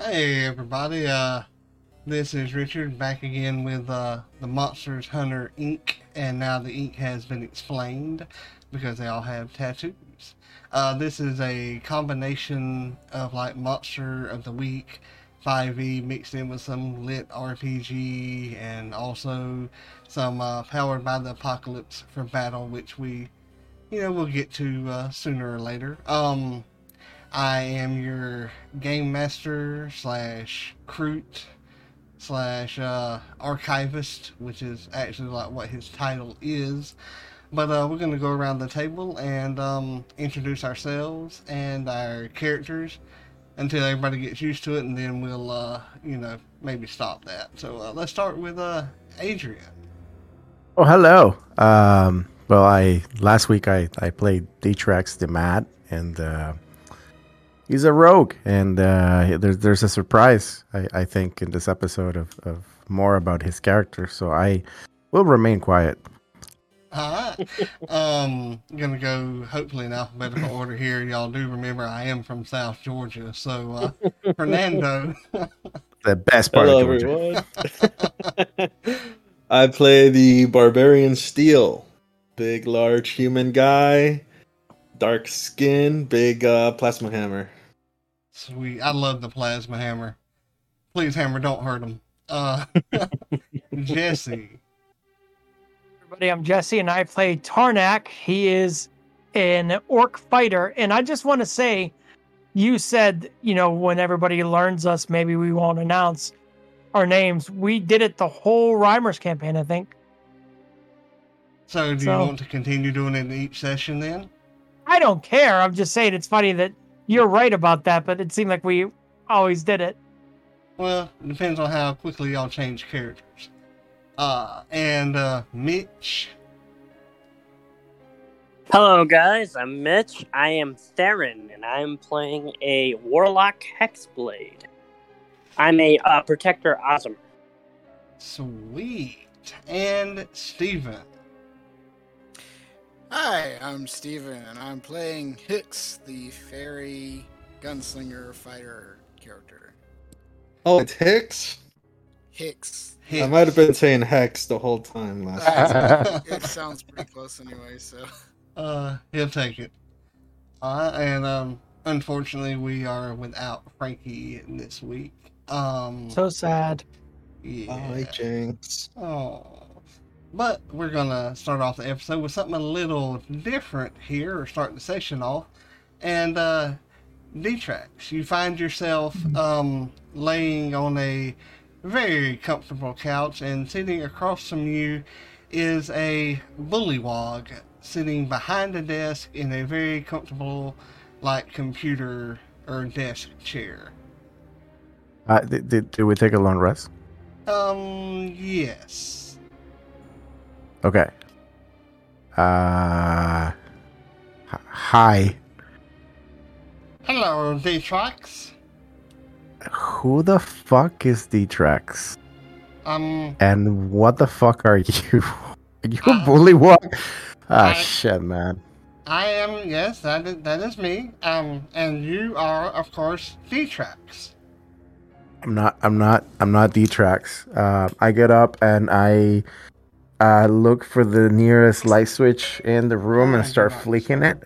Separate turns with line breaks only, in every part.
Hey everybody, uh this is Richard back again with uh the Monsters Hunter Inc. and now the ink has been explained because they all have tattoos. Uh this is a combination of like Monster of the Week, 5e mixed in with some lit RPG and also some uh powered by the apocalypse for battle which we you know we'll get to uh, sooner or later. Um I am your game master slash croot slash uh, archivist, which is actually like what his title is. But uh, we're gonna go around the table and um, introduce ourselves and our characters until everybody gets used to it, and then we'll uh, you know maybe stop that. So uh, let's start with uh, Adrian.
Oh, hello. Um, well, I last week I, I played Dtrax the Mad, and uh, he's a rogue. And uh, there's there's a surprise I, I think in this episode of, of more about his character. So I will remain quiet.
All right. um, gonna go hopefully in alphabetical order here. Y'all do remember I am from South Georgia, so uh, Fernando.
The best part
Hello,
of Georgia.
everyone. I play the Barbarian Steel. Big, large human guy. Dark skin. Big uh, plasma hammer.
Sweet, I love the plasma hammer. Please, hammer, don't hurt him. Uh, Jesse,
Everybody, I'm Jesse, and I play Tarnak. He is an orc fighter, and I just want to say, you said, you know, when everybody learns us, maybe we won't announce our names. We did it the whole Rhymers campaign, I think.
so do you
So-
want to continue doing it in each session then?
I don't care. I'm just saying it's funny that you're right about that, but it seemed like we always did it.
Well, it depends on how quickly y'all change characters. Uh, and uh, Mitch,
Hello, guys. I'm Mitch. I am Theron, and I'm playing a Warlock Hexblade. I'm a uh, Protector Ozmer.
sweet, and Steven.
Hi, I'm Steven, and I'm playing Hicks, the fairy gunslinger fighter character.
Oh, it's Hicks?
Hicks.
I might have been saying Hex the whole time last time.
It sounds pretty close anyway, so.
Uh, he'll take it. Uh, and um, unfortunately, we are without Frankie this week. Um,
So sad.
Oh,
yeah.
Jinx.
Oh, but we're gonna start off the episode with something a little different here, or start the session off. And uh, D-Tracks, you find yourself um, laying on a very comfortable couch, and sitting across from you is a bullywog sitting behind a desk in a very comfortable, like computer or desk chair.
Uh, did, did, did we take a long rest?
Um, yes.
Okay. Uh, h- hi.
Hello, D-Tracks.
Who the fuck is Dtrax?
Um,
And what the fuck are you? Are you a
Uh,
bully walk? Ah,
I-
shit, man.
I am, yes, that is, that is me. Um, and you are, of course, D-Tracks.
I'm not. I'm not. I'm not D-Trax. Uh, I get up and I uh, look for the nearest light switch in the room and
Oh,
start
nice.
flicking it.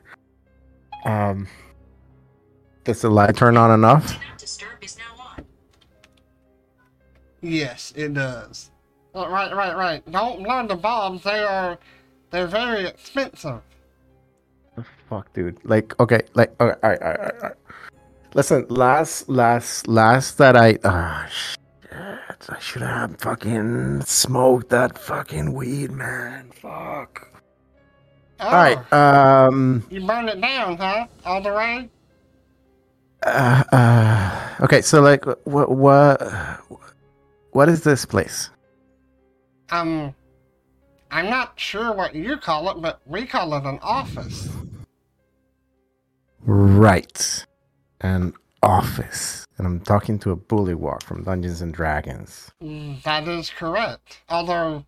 Um, does the light turn on enough?
Yes, it does. Oh, Right, right, right. Don't learn the bombs. They are, they're very expensive.
Fuck, dude. Like, okay, like, all right, all right, all right, all right. Listen, last, last, last that I, ah, shit, I should have fucking smoked that fucking weed, man. Fuck.
Oh,
All right. Um.
You burned it down, huh? All the way?
Uh, uh, okay. So, like, what, what, what is this place?
Um, I'm not sure what you call it, but we call it an office.
Right. An office, and I'm talking to a bullywog from Dungeons and Dragons.
Mm, That is correct. Although,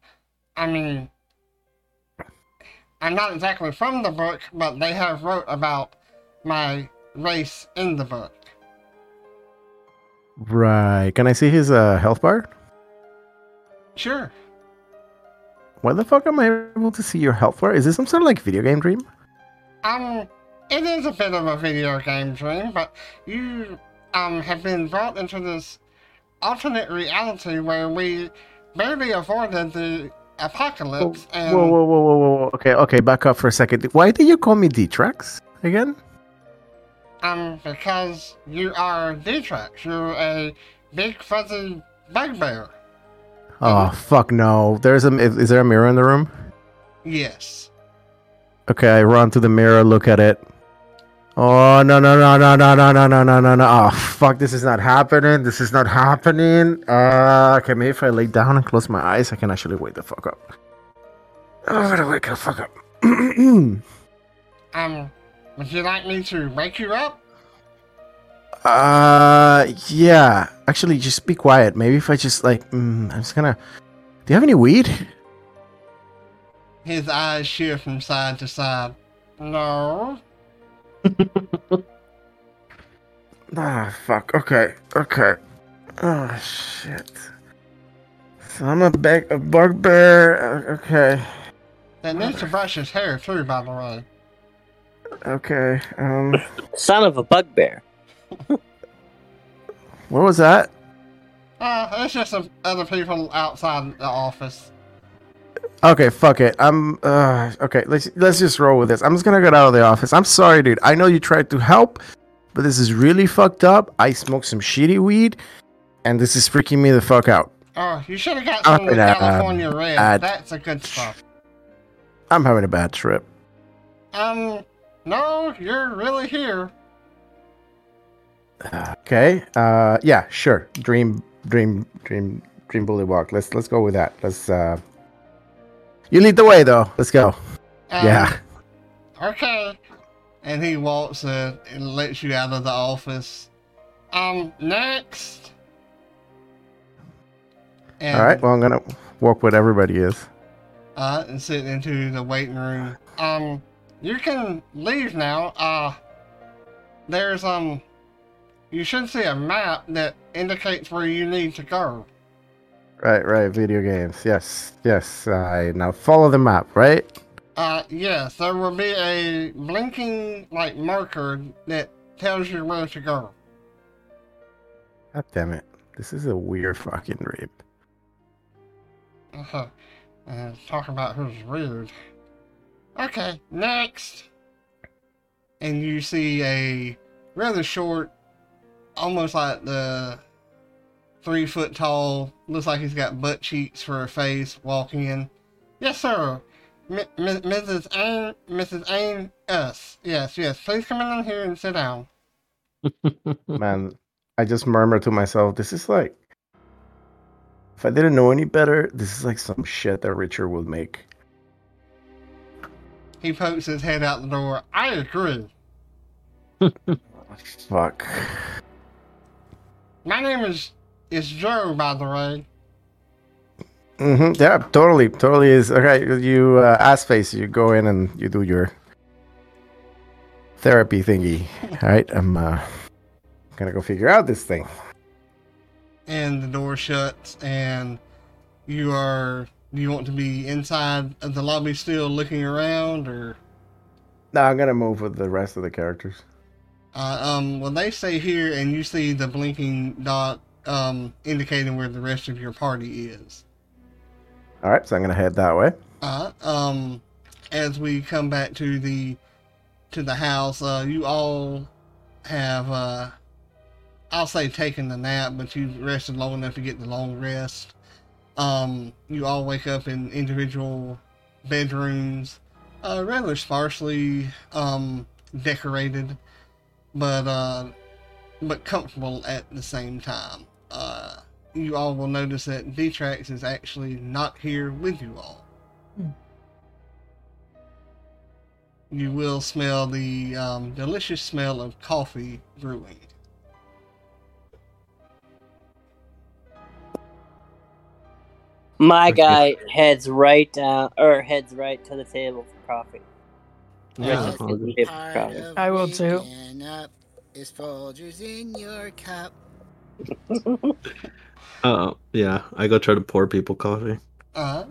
I mean, I'm not exactly from the book, but they have wrote about my race in the book.
Right. Can I see his uh, health bar?
Sure.
Why the fuck am I able to see your health bar? Is this some sort of like video game dream?
Um, it is a bit of a video game dream, but you um have been brought into this alternate reality where we barely avoided the apocalypse. and
Whoa, whoa, whoa, whoa, whoa, whoa. Okay, okay, back up for a second. Why did you call me D-Trax again?
um, because you are Detrax, you're a big fuzzy bugbear.
Oh fuck no! There's a is there a mirror in the room?
Yes.
Okay, I run to the mirror, look at it. Oh no no no no no no no no no no no! Oh fuck! This is not happening. This is not happening. Uh, okay, maybe if I lay down and close my eyes, I can actually wake the fuck up. I'm gonna wake the fuck up.
Um, would you like me to wake you up?
uh, yeah. Actually, just be quiet. Maybe if I just like, mm, I'm just gonna. Do you have any weed?
His eyes sheer from side to side. No.
Ah, fuck. Okay. Okay. Oh, shit. So I'm a, bag, a bugbear. O- Okay.
That needs to brush his hair too, by the way.
Okay. Um,
Son of a bugbear.
what was that?
Uh, it's just some other people outside the office.
Okay, fuck it. I'm uh okay, let's let's just roll with this. I'm just gonna get out of the office. I'm sorry, dude. I know you tried to help, but this is really fucked up. I smoked some shitty weed, and this is freaking me the fuck out.
Oh, you should have got
Oh,
some of the
yeah,
California
um,
red.
uh,
That's a good stuff.
I'm having a bad trip.
Um, no, you're really here.
Okay. Uh yeah, sure. Dream dream dream dream bully walk. Let's let's go with that. Let's uh You lead the way though. Let's go.
Um,
yeah.
Okay. And he walks in and lets you out of the office. Um, next. And,
All right. Well, I'm going to walk with everybody is.
Uh, and sit into the waiting room. Um, you can leave now. Uh, there's, um, you should see a map that indicates where you need to go.
Right, right. Video games. Yes. Yes. I now follow the map, right?
Uh, yes, there will be a blinking, like, marker that tells you where to go.
God damn it. This is a weird fucking dream.
Uh-huh. Uh, talk about who's weird. Okay, next. And you see a rather short, almost like the three foot tall, looks like he's got butt cheeks for a face, walking in. Yes, sir. M- M- Mrs. Ain, Mrs. Ain, us. Yes, yes. Please come in here and sit down.
Man, I just murmured to myself, this is like. If I didn't know any better, this is like some shit that Richard would make.
He pokes his head out the door. I agree.
Fuck.
My name is is Joe, by the way.
hmm Yeah, totally. Totally is. Okay, you uh, ass face, you go in and you do your therapy thingy. All right, I'm uh, gonna go figure out this thing.
and the door shuts and you are do you want to be inside of the lobby still looking around or
No, I'm gonna move with the rest of the characters.
uh, um well they stay here and you see the blinking dot um indicating where the rest of your party is
All right, so I'm gonna head that way.
uh um as we come back to the to the house uh you all have uh i'll say taken the nap but you rested long enough to get the long rest um you all wake up in individual bedrooms uh rather sparsely um decorated but uh but comfortable at the same time uh you all will notice that Detrax is actually not here with you all. you will smell the um, delicious smell of coffee brewing.
My
Okay.
guy heads right down, or heads right to the table for coffee.
Yeah.
Oh,
Richard's getting paper for
Part
coffee.
of
I will too.
waking Up is Folgers in your cup. Uh,
Oh yeah, I go try to pour people coffee.
Uh,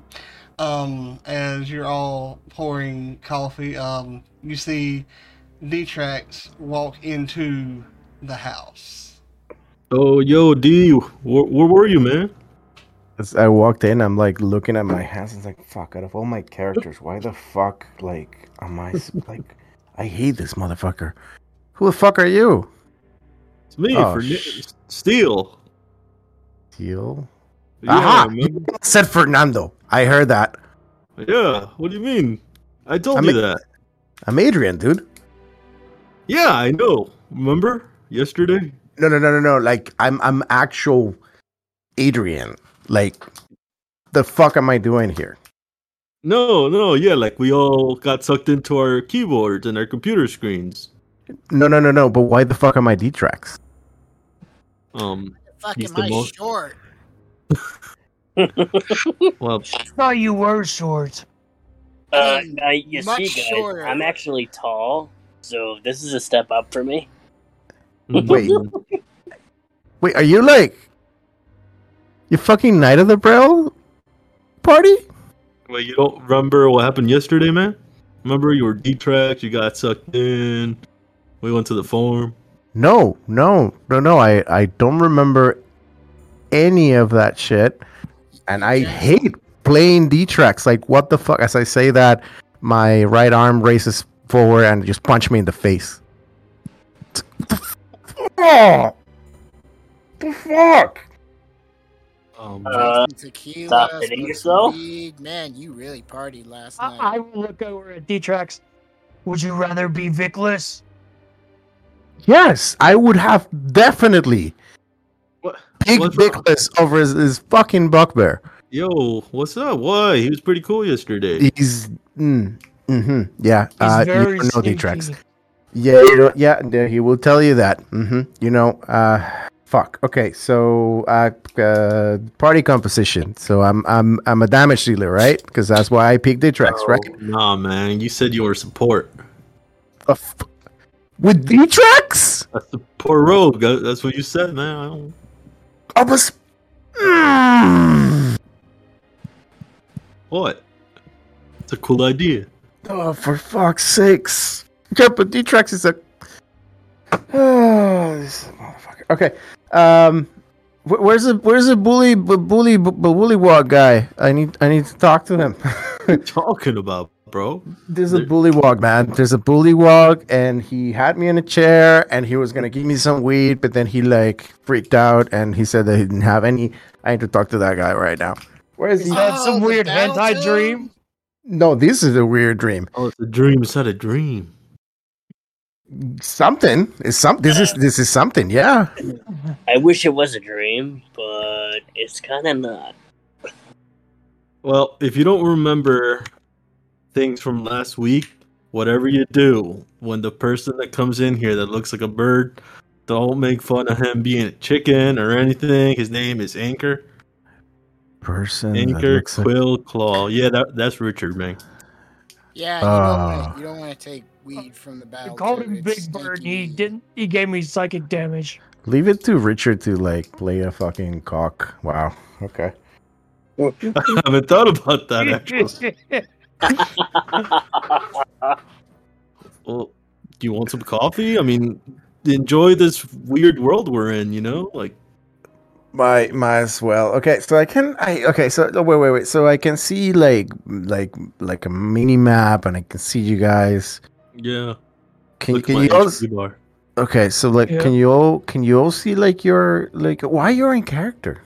um, as you're all pouring coffee, um, you see D-Trax walk into the house.
Oh yo, D, where, where were you, man?
As I walked in, I'm like looking at my hands. It's like, fuck, out of all my characters, why the fuck, like, am I, s- like, I hate this motherfucker. Who the fuck are you?
It's me
Oh,
for
sh-
Steel.
Teal?
Yeah,
Aha!
man.
Said Fernando. I heard that.
yeah. What do you mean? I told
I
you
mean-
that.
I'm Adrian, dude.
Yeah, I know. Remember yesterday?
No, no, no, no, no. Like, I'm, I'm actual Adrian. Like, the fuck am I doing here?
No, no, yeah, like we all got sucked into our keyboards and our computer screens.
No, no, no, no. But why the fuck am I D-Trax?
Um,
Fuck
He's
am
the
I
most-
short?
well,
Thought you were short.
Uh, uh, you
Much
see, guys,
shorter.
I'm actually tall, so this is a step up for me.
Mm-hmm. Wait. Wait, are you like you fucking Knight of the Braille party?
Wait, you don't remember what happened yesterday, man? Remember you were D-tracked, you got sucked in. We went to the farm.
No, no, no, no. I I don't remember any of that shit, and I hate playing D tracks. Like what the fuck? As I say that, my right arm races forward and just punch me in the face. Oh, the fuck!
Um,
Uh,
Drink some tequila,
stop hitting
smoke some
yourself.
weed. Man, you really partied last night.
I, I will look over at D-Trax. Would you rather be Vickless?
Yes, I would have definitely
what?
big
What's wrong?
Nicholas over his, his fucking buckbear.
Yo, what's up? Why? He was pretty cool yesterday.
He's mm, hmm yeah.
He's
uh,
very
you don't know
sneaky.
D-Trax. Yeah, you don't, yeah. no, He will tell you that. hmm You know. Uh, fuck. Okay. So, uh, uh, party composition. So I'm I'm I'm a damage dealer, right? Because that's why I picked D-Trax, right?
Nah, man, you said you were support.
The f- with D-Trax,
That's the poor rogue. that- That's what you said, man. I don't...
I was. Mm.
What? It's a cool idea.
Oh, for fuck's sakes. Yeah, but D-Trax is a... Oh, this is a motherfucker. Okay. Um, wh- where's the where's the bully bu- bully bu- bu- bullywog guy? I need I need to talk to him.
you talking about, bro?
There's a
There-
bullywog, man. There's a bullywog, and he had me in a chair, and he was gonna give me some weed, but then he like freaked out, and he said that he didn't have any. I need to talk to that guy right now. Where is
Is
he?
that some
Oh, the
weird
downtown?
hentai dream?
No, this is a weird dream.
Oh, it's a dream. It's not a dream.
Something is some. This is this is something. Yeah.
I wish it was a dream, but it's kind of not.
Well, if you don't remember things from last week, whatever you do, when the person that comes in here that looks like a bird, don't make fun of him being a chicken or anything. His name is Anchor.
person that
Anchor
looks like-
Quill Claw. Yeah, that, that's Richard, man.
Yeah, you don't
Oh.
wanna- you don't want to take weed from the
I
battle.
called
too.
him
It's
Big Bird. and
stinky
He
weed.
didn't. He gave me psychic damage.
leave it to richard to like play a fucking cock wow okay
I haven't thought about that actually. Well, do you want some coffee? I mean, enjoy this weird world we're in, you know? Like,
might might as well okay so i can i okay so oh, wait wait wait so i can see like like like a mini map and i can see you guys
yeah.
can,
look at
can
my
you all
HP bar.
okay so like
Yeah.
can you all can you all see like your like why you're in character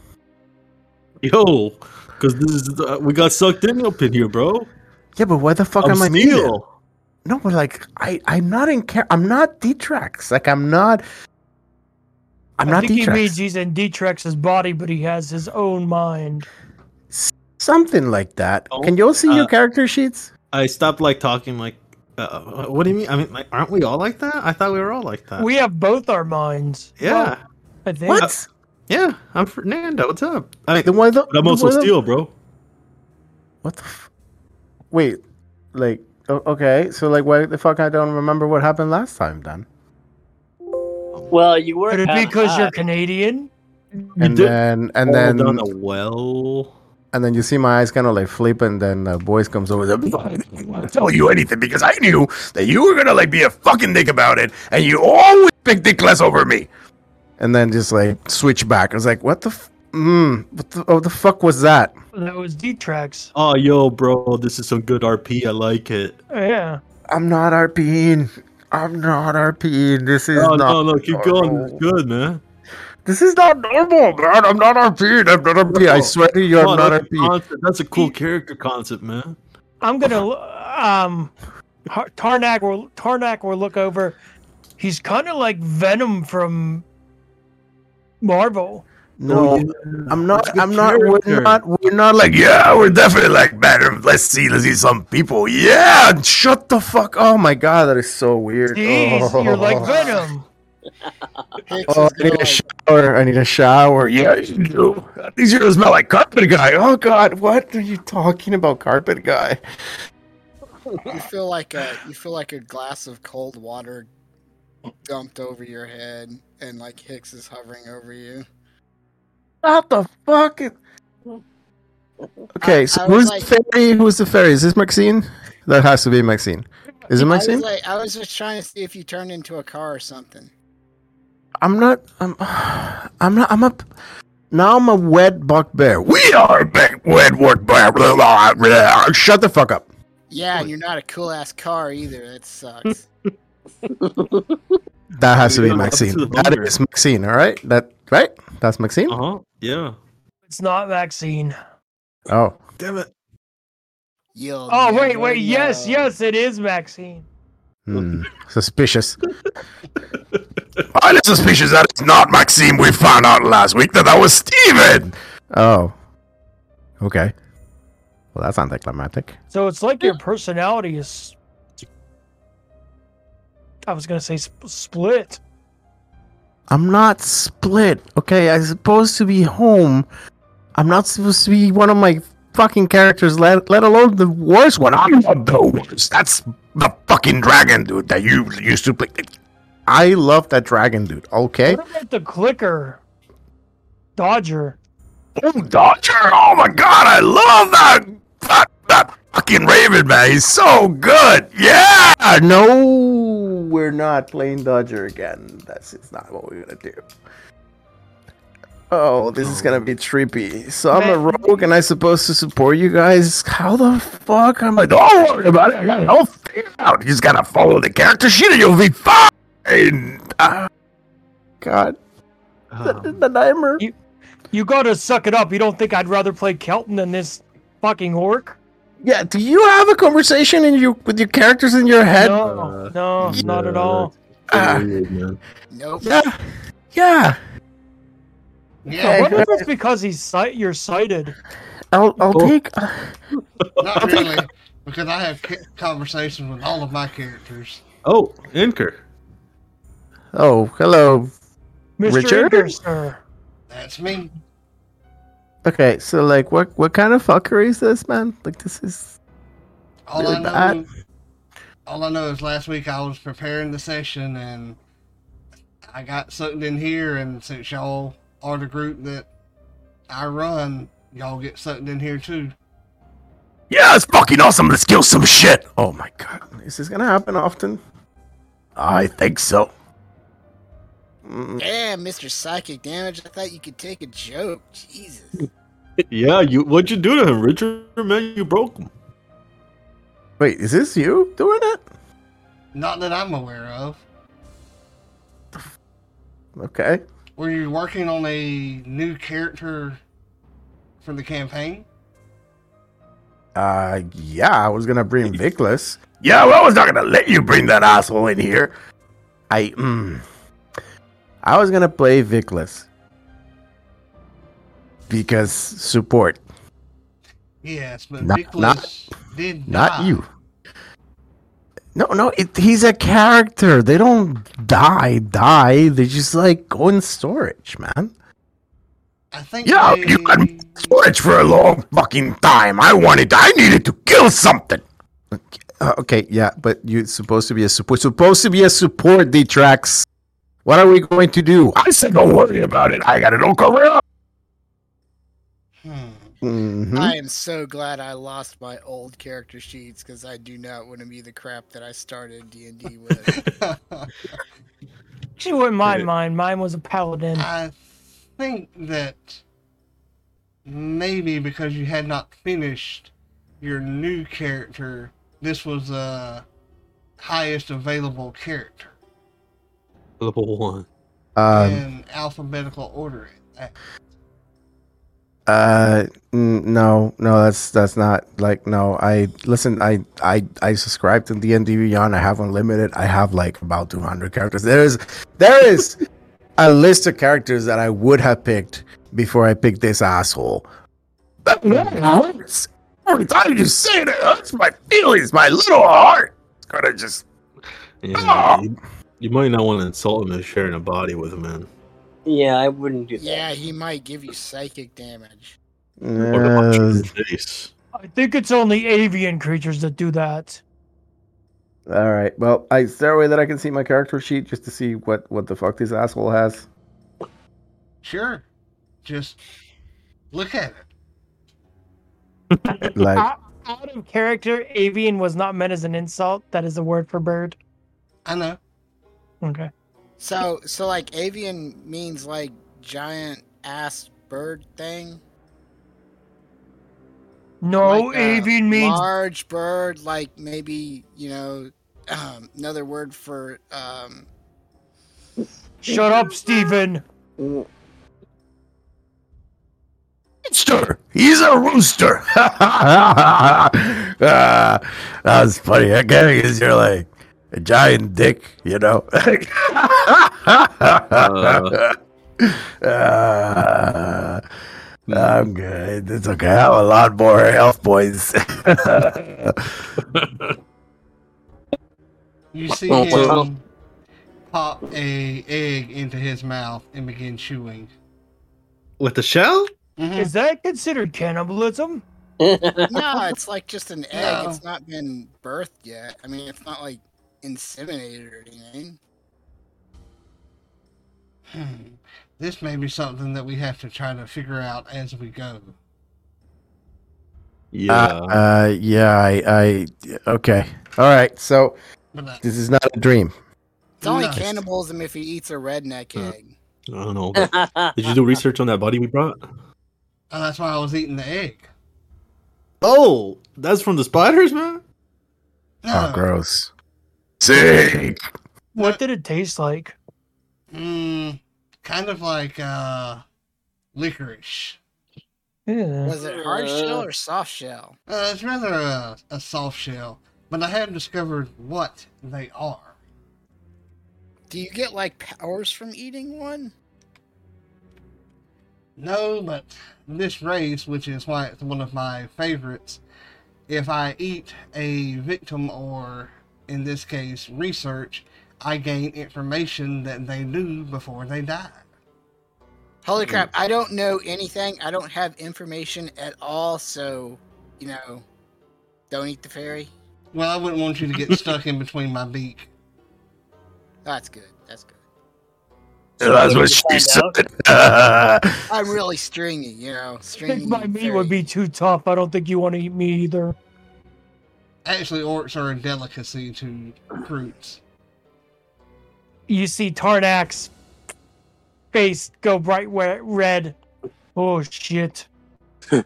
Yo, because this is uh, we got sucked in up in here, bro.
yeah but why the fuck
I'm
am i muted?
Steel.
No, but like I, I'm not in. Char- I'm not D-Trax. Like I'm not. I'm
I
not
think he means
D-Trax.
he's in D-Trex's body, but he has his own mind.
Something like that.
Oh,
Can you all see your
uh,
character sheets?
I stopped like talking. Like, uh, what do you mean? I mean, like, aren't we all like that? I thought we were all like that.
We have both our minds.
Uh, yeah, Uh,
I think.
What?
yeah. I'm Fernando. What's up? I mean,
The one that
but I'm also Steel, bro.
What the? F- Wait, like o- okay, so like why the fuck I don't remember what happened last time then?
Well, you were Uh,
Could it be because you're Canadian?
and then and then
down a well.
and then you see my eyes kind of like flip, and then a voice comes over. I didn't want to tell you anything because I knew that you were gonna like be a fucking dick about it, and you always pick dick less over me. And then just like switch back. I was like, what the, f- mm, what the, oh, the fuck was that?
That was D tracks.
Oh, yo, bro, this is some good RP. I like it.
Yeah.
I'm not RPing. I'm not RPing. This is
Oh
not.
no, no, keep going. It's good, man.
This is not normal, man. I'm not RPing. I'm not RPing. I swear to you, I'm
Oh,
not
that's, a
RPing.
concept. that's a cool character concept, man.
I'm gonna um Har- Tarnak will Tarnak will look over. He's kind of like Venom from Marvel.
No,
Oh, yeah.
I'm not.
That's a good
I'm not. We're
character.
not. We're not like. Yeah, we're definitely like better. Let's see. Let's see some people. Yeah, shut the fuck. Oh my god, that is so weird.
Jeez,
oh.
you're like Venom.
Hicks
Oh,
is
I need
gonna
a
like,
shower. I need a shower. Yeah, you do. These heroes smell like carpet guy. Oh god, what are you talking about, carpet guy?
you feel like a you feel like a glass of cold water dumped over your head, and like Hicks is hovering over you.
What the fuck? is- Okay,
I-
so
I was
who's the fairy? Who's the fairy? Is this Maxine? That has to be Maxine. Is it
I was
Maxine?
like, I was just trying to see if you turned into a car or something.
I'm not. I'm. I'm not. I'm a. Now I'm a wet buckbear. We are big wet buckbear. Blah, blah, blah. Shut the fuck up.
Yeah, and you're not a cool ass car either. That sucks.
That has to be
Yeah,
Maxine.
absolutely.
That is Maxine. All right. That right. That's Maxine.
Uh huh. Yeah.
It's not vaccine.
Oh,
Damn it.
You'll
Oh wait,
never
wait, yes,
know.
yes, it is vaccine.
Hmm. suspicious. Highly suspicious. That is not Maxine. We found out last week that that was Steven. Oh. Okay. Well, that's anticlimactic.
So it's like your personality is. I was gonna say sp- split.
I'm not split. Okay, I'm supposed to be home. I'm not supposed to be one of my fucking characters, let, let alone the worst one. I'm not the worst. That's the fucking dragon dude that you used to play. I love that dragon dude, okay?
What about the clicker? Dodger.
Oh, Dodger! Oh my god, I love that! That, that fucking Raven, man. He's so good! Yeah! No, we're not playing Dodger again. That's just not what we're gonna do. Oh, this is gonna be trippy. So I'm a
Man.
rogue and I'm supposed to support you guys. How the fuck? I'm like, don't worry about it. I got it all figured out. You just gotta follow the character sheet and you'll be fine! Ah, God, the,
Um,
the nightmare.
You gotta suck it up. You don't think I'd rather play Kelton than this fucking orc?
Yeah, do you have a conversation in your with your characters in your head?
no, no, not at
yeah,
all.
that's
Ah.
pretty weird, man.
Nope.
Yeah. Yeah.
Yeah,
What if it's because he's sight? You're sighted.
I'll I'll
Oh.
take uh,
not really, because I have ca- conversations with all of my characters.
Oh, Inker.
Oh, hello.
Mr.
Richard?
Edgar, sir.
That's me.
Okay, so like what what kind of fuckery is this, man? Like this is
All
Really
I know,
bad.
all I know is last week I was preparing the session and I got sucked in here. And since y'all are the group that I run, y'all get sucked in here too.
Yeah, it's fucking awesome. Let's kill some shit. Oh my god. Is this gonna happen often? I think so. Mm,
Damn, Mr. Psychic Damage. I thought you could take a joke. Jesus.
Mm-hmm.
Yeah, you. What'd you do to him, Richard? Man, you broke him.
Wait, is this you doing it?
Not that I'm aware of.
Okay.
Were you working on a new character for the campaign?
Uh, yeah, I was gonna bring Vickless. Yeah, well, I was not gonna let you bring that asshole in here. I, mm, I was gonna play Vickless because support,
Yes, but
Not-
Nicholas did
not
die.
you. No, no, it, he's a character. They don't die, die. They just like go in storage, man.
I think.
Yeah,
they-
you had me storage for a long fucking time. I wanted, I needed to kill something. Uh, Okay, yeah, but you're supposed to be a support. Supposed to be a support. D tracks. What are we going to do? I said, don't worry about it. I got it all covered up.
Hmm.
Mhm.
I am so glad I lost my old character sheets because I do not want to be the crap that I started D and D with.
Hmm.
She wouldn't mind
Yeah.
mine. Mine was a paladin.
I think that maybe because you had not finished your new character, this was the highest available character
Level one.
Um,
in alphabetical order. At
uh, n- no, no, that's that's not like no. I listen. I I I subscribe to D and D Beyond. I have unlimited. I have like about two hundred characters. There is there is a list of characters that I would have picked before I picked this asshole. But every time you say it, it hurts my feelings. My little heart. It's gonna just
Yeah, you, you might not want to insult him as sharing a body with him, man.
Yeah, I wouldn't do that.
yeah, he might give you psychic damage.
Or punch him in
Uh,
the face.
I think it's only avian creatures that do that.
all right. Well, I, is there a way that I can see my character sheet just to see what what the fuck this asshole has?
sure, just look at it.
Like,
out, out of character, avian was not meant as an insult. That is the word for bird.
I know.
Okay.
So, so like avian means like giant ass bird thing.
No,
like, uh,
avian means
large bird, like maybe you know um, another word for um,
shut up, Stephen.
rooster. He's a rooster. Ah, that's funny. That guy is you're like a giant dick, you know. Uh, I'm good. It's okay. I have a lot more health points.
You see
Well, well.
him pop a egg into his mouth and begin chewing.
With the shell?
Mhm.
Is that considered cannibalism?
no, it's like just an egg.
No.
It's not been birthed yet. I mean, it's not like inseminated or anything.
Hmm. This may be something that we have to try to figure out as we go.
Yeah.
Uh, uh, yeah, I, I. Okay. All right. So
But I,
this is not a dream.
It's only
Nice.
cannibalism if he eats a redneck
Hmm.
Mm.
egg.
I don't know. but- Did you do research on that body we brought?
uh, that's why I was eating the egg.
Oh, that's from the spiders, man?
No.
Ah, Oh, gross. Sick.
What did it taste like?
Mm, kind of like uh, licorice.
Yeah.
Was it hard shell or soft shell?
Uh, it's rather a, a soft shell, but I have discovered what they are.
Do you get like powers from eating one?
No, but this race, which is why it's one of my favorites, if I eat a victim or, in this case, research, I gain information that they knew before they died.
Holy crap! I don't know anything. I don't have information at all. So, you know, don't eat the fairy.
Well, I wouldn't want you to get stuck in between my beak.
That's good. That's good.
That's what she said.
I'm really stringy, you know.
I
Stringy.
think my meat would
fairy.
be too tough. I don't think you want to eat me either.
Actually, orcs are a delicacy to recruits.
You see Tarnak's face go bright we- red. Oh shit!
Uh,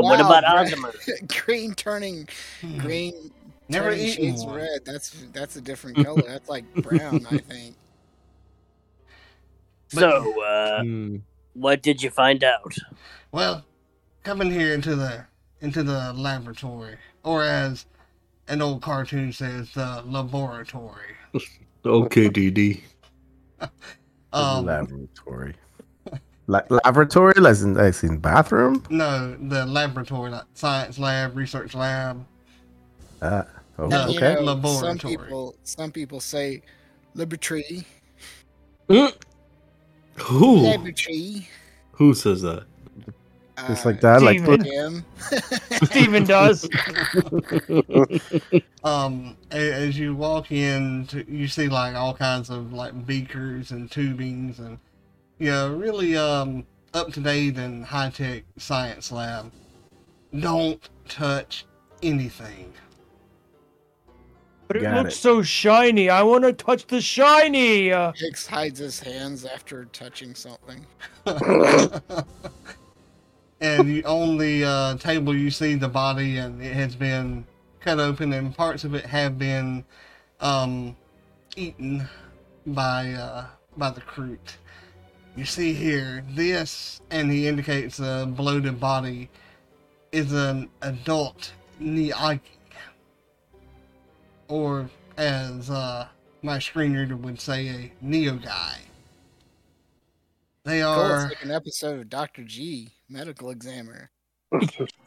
what
Wow,
about
Brad.
Ozma?
green turning
Hmm.
green.
Never
turning
eaten
shades
one.
red. That's that's a different color. That's like brown, I think.
So, uh,
Hmm.
what did you find out?
Well, come in here into the into the laboratory, or as an old cartoon says, the laboratory.
Okay, DD.
Um,
laboratory. La- laboratory, like in, like in bathroom.
no, the laboratory, like science lab, research lab.
Uh, oh,
No.
And, you
okay.
know, some
Laboratory.
people some people say liberty,
Who?
liberty. uh,
Who says that?
Just like that, like
Steven.
Him.
Steven does.
Um, a- as you walk in, t- you see like all kinds of like beakers and tubings and you know really um up to date and high tech science lab. Don't touch anything.
But it
Got
looks
it.
so shiny. I want to touch the shiny. Uh,
Hicks hides his hands after touching something.
and you, on the uh, table, you see the body, and it has been cut open, and parts of it have been um, eaten by uh, by the Kroot. You see here, this, and he indicates the bloated body, is an adult Niagi. Or, as uh, my screen reader would say, a Neo guy. They
Cool,
are.
it's like an episode of Doctor G, medical examiner.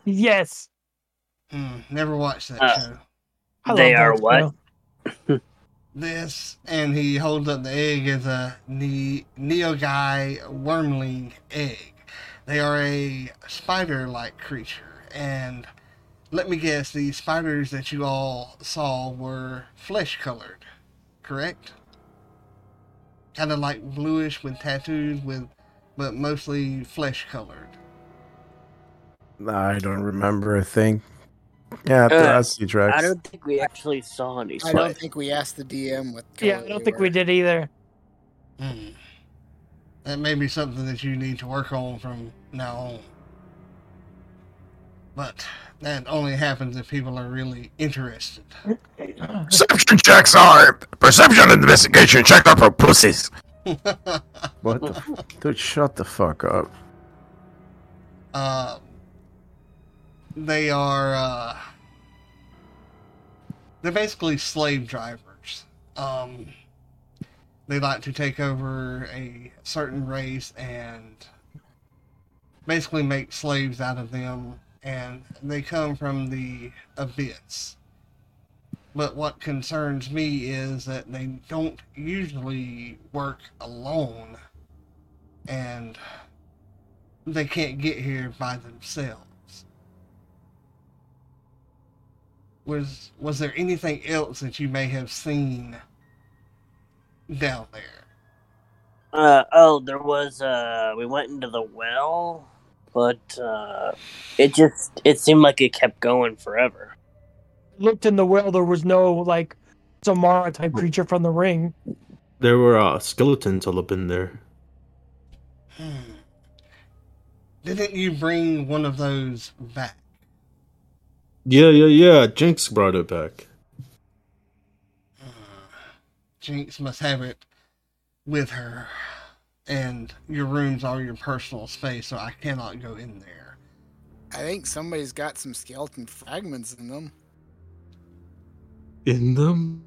yes.
Mm, never watched that
Uh.
show.
I love
They are
that
what?
show.
This, and he holds up the egg as a ne- Neogai wormling egg. They are a spider like creature, and let me guess, the spiders that you all saw were flesh colored, correct? Kind of like bluish with tattoos, with but mostly flesh colored.
I don't remember a thing. Yeah,
Uh,
that's the
I
tracks.
don't think we actually saw any.
I don't think we asked the DM what.
Yeah,
color
I don't
they
think we
were.
did either.
Hmm. That may be something that you need to work on from now on. But that only happens if people are really interested.
Perception checks are perception investigation check up for pussies. What the f- dude? Shut the fuck up.
uh, they are uh, they're basically slave drivers. Um, they like to take over a certain race and basically make slaves out of them, and they come from the abyss. But what concerns me is that they don't usually work alone, and they can't get here by themselves. Was was there anything else that you may have seen down there?
Uh, oh, there was. Uh, we went into the well, but uh, it just it seemed like it kept going forever.
Looked in the well, there was no like Samara type creature from the ring.
There were uh, skeletons all up in there.
Hmm. Didn't you bring one of those back?
Yeah, yeah, yeah. Jinx brought it back.
Hmm. Jinx must have it with her, and your rooms are your personal space, so I cannot go in there.
I think somebody's got some skeleton fragments in them.
In them?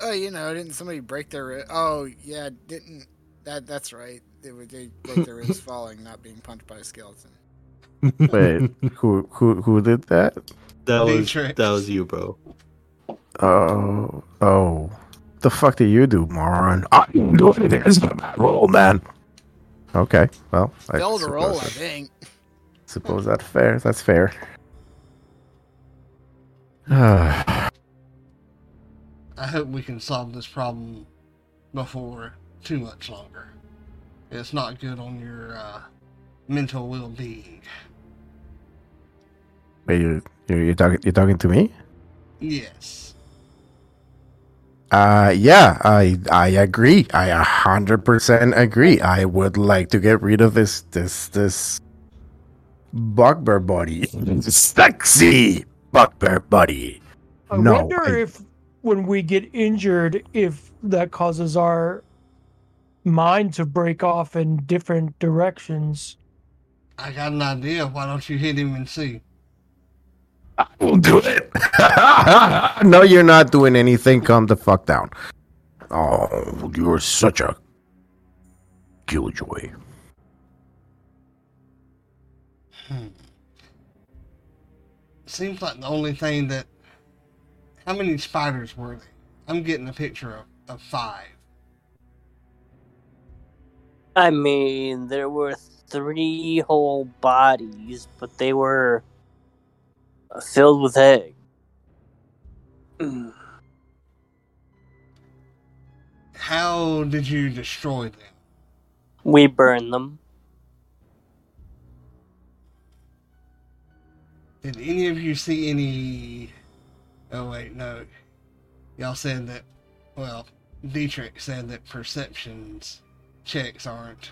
Oh, you know, didn't somebody break their? ri- Oh, yeah, didn't that? That's right. They would they break their ribs falling, not being punched by a skeleton.
Wait, who who who did that?
that was
Matrix.
that was you, bro.
Oh oh, the fuck did you do, moron? I didn't do anything. It's not my role, man. Okay, well, I
Build a roll, I
suppose-
think.
Suppose that's fair. That's fair.
I hope we can solve this problem before too much longer. It's not good on your uh, mental well being.
Wait, you you you're talking you're talking to me?
Yes.
Uh, yeah, I I agree. I a hundred percent agree. I would like to get rid of this this this bugbear body, sexy bugbear body.
I
No,
wonder
I-
if when we get injured, if that causes our mind to break off in different directions.
I got an idea. Why don't you hit him and see?
I will do it. no, you're not doing anything. Come the fuck down. Oh, you're such a killjoy.
Hmm. Seems like the only thing that. How many spiders were they? I'm getting a picture of, of five.
I mean, there were three whole bodies, but they were uh, filled with egg. Mm.
How did you destroy them?
We burned them.
Did any of you see any? Oh wait, no. Y'all said that. Well, Dietrich said that perceptions checks aren't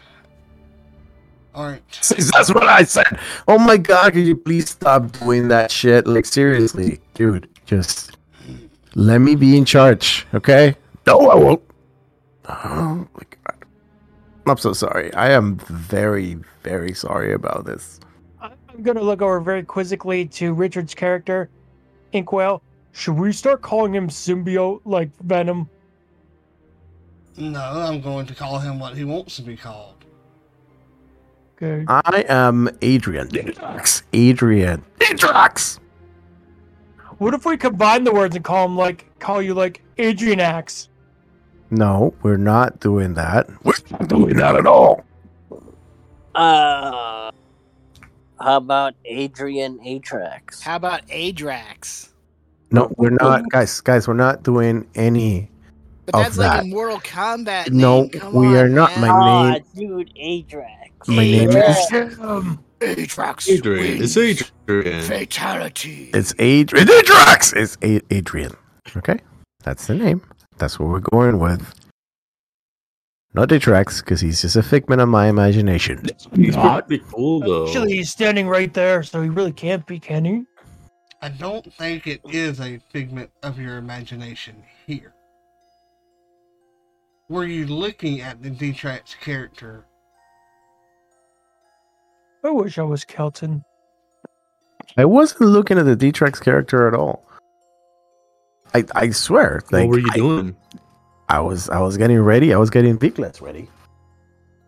aren't.
That's what I said. Oh my god, could you please stop doing that shit? Like seriously, dude, just let me be in charge, okay? No, I won't. Oh my god. I'm so sorry. I am very, very sorry about this.
I- I'm going to look over very quizzically to Richard's character, Inkwell. Should we start calling him symbiote like Venom?
No, I'm going to call him what he wants to be called.
Okay.
I am Adrian. Dendrox. Adrian. Dendrox.
What if we combine the words and call him like call you like Adrian Axe?
No, we're not doing that. We're not doing that at all.
Uh, how about Adrian Atrax?
How about Adrax?
No, we're not, guys. Guys, we're not doing any.
But
Of
that's like
that.
a Mortal Kombat.
No,
name. Come
we
on,
are not,
man.
my
Aw,
name-
Ah, dude, Atrax.
My name is.
Adrax.
Adrian. It's
wins.
Adrian.
Fatality.
It's Adrian. Dendrox. It's A- Adrian. Okay, that's the name. That's what we're going with. Not Dendrox, because he's just a figment of my imagination.
He's pretty cool though.
Actually, he's standing right there, so he really can't be, can he?
I don't think it is a figment of your imagination here. Were you looking at the Detrax character?
I wish I was Kelton.
I wasn't looking at the Dendrox character at all. I I swear, like
what were you
I-
doing?
I was I was getting ready. I was getting piglets ready.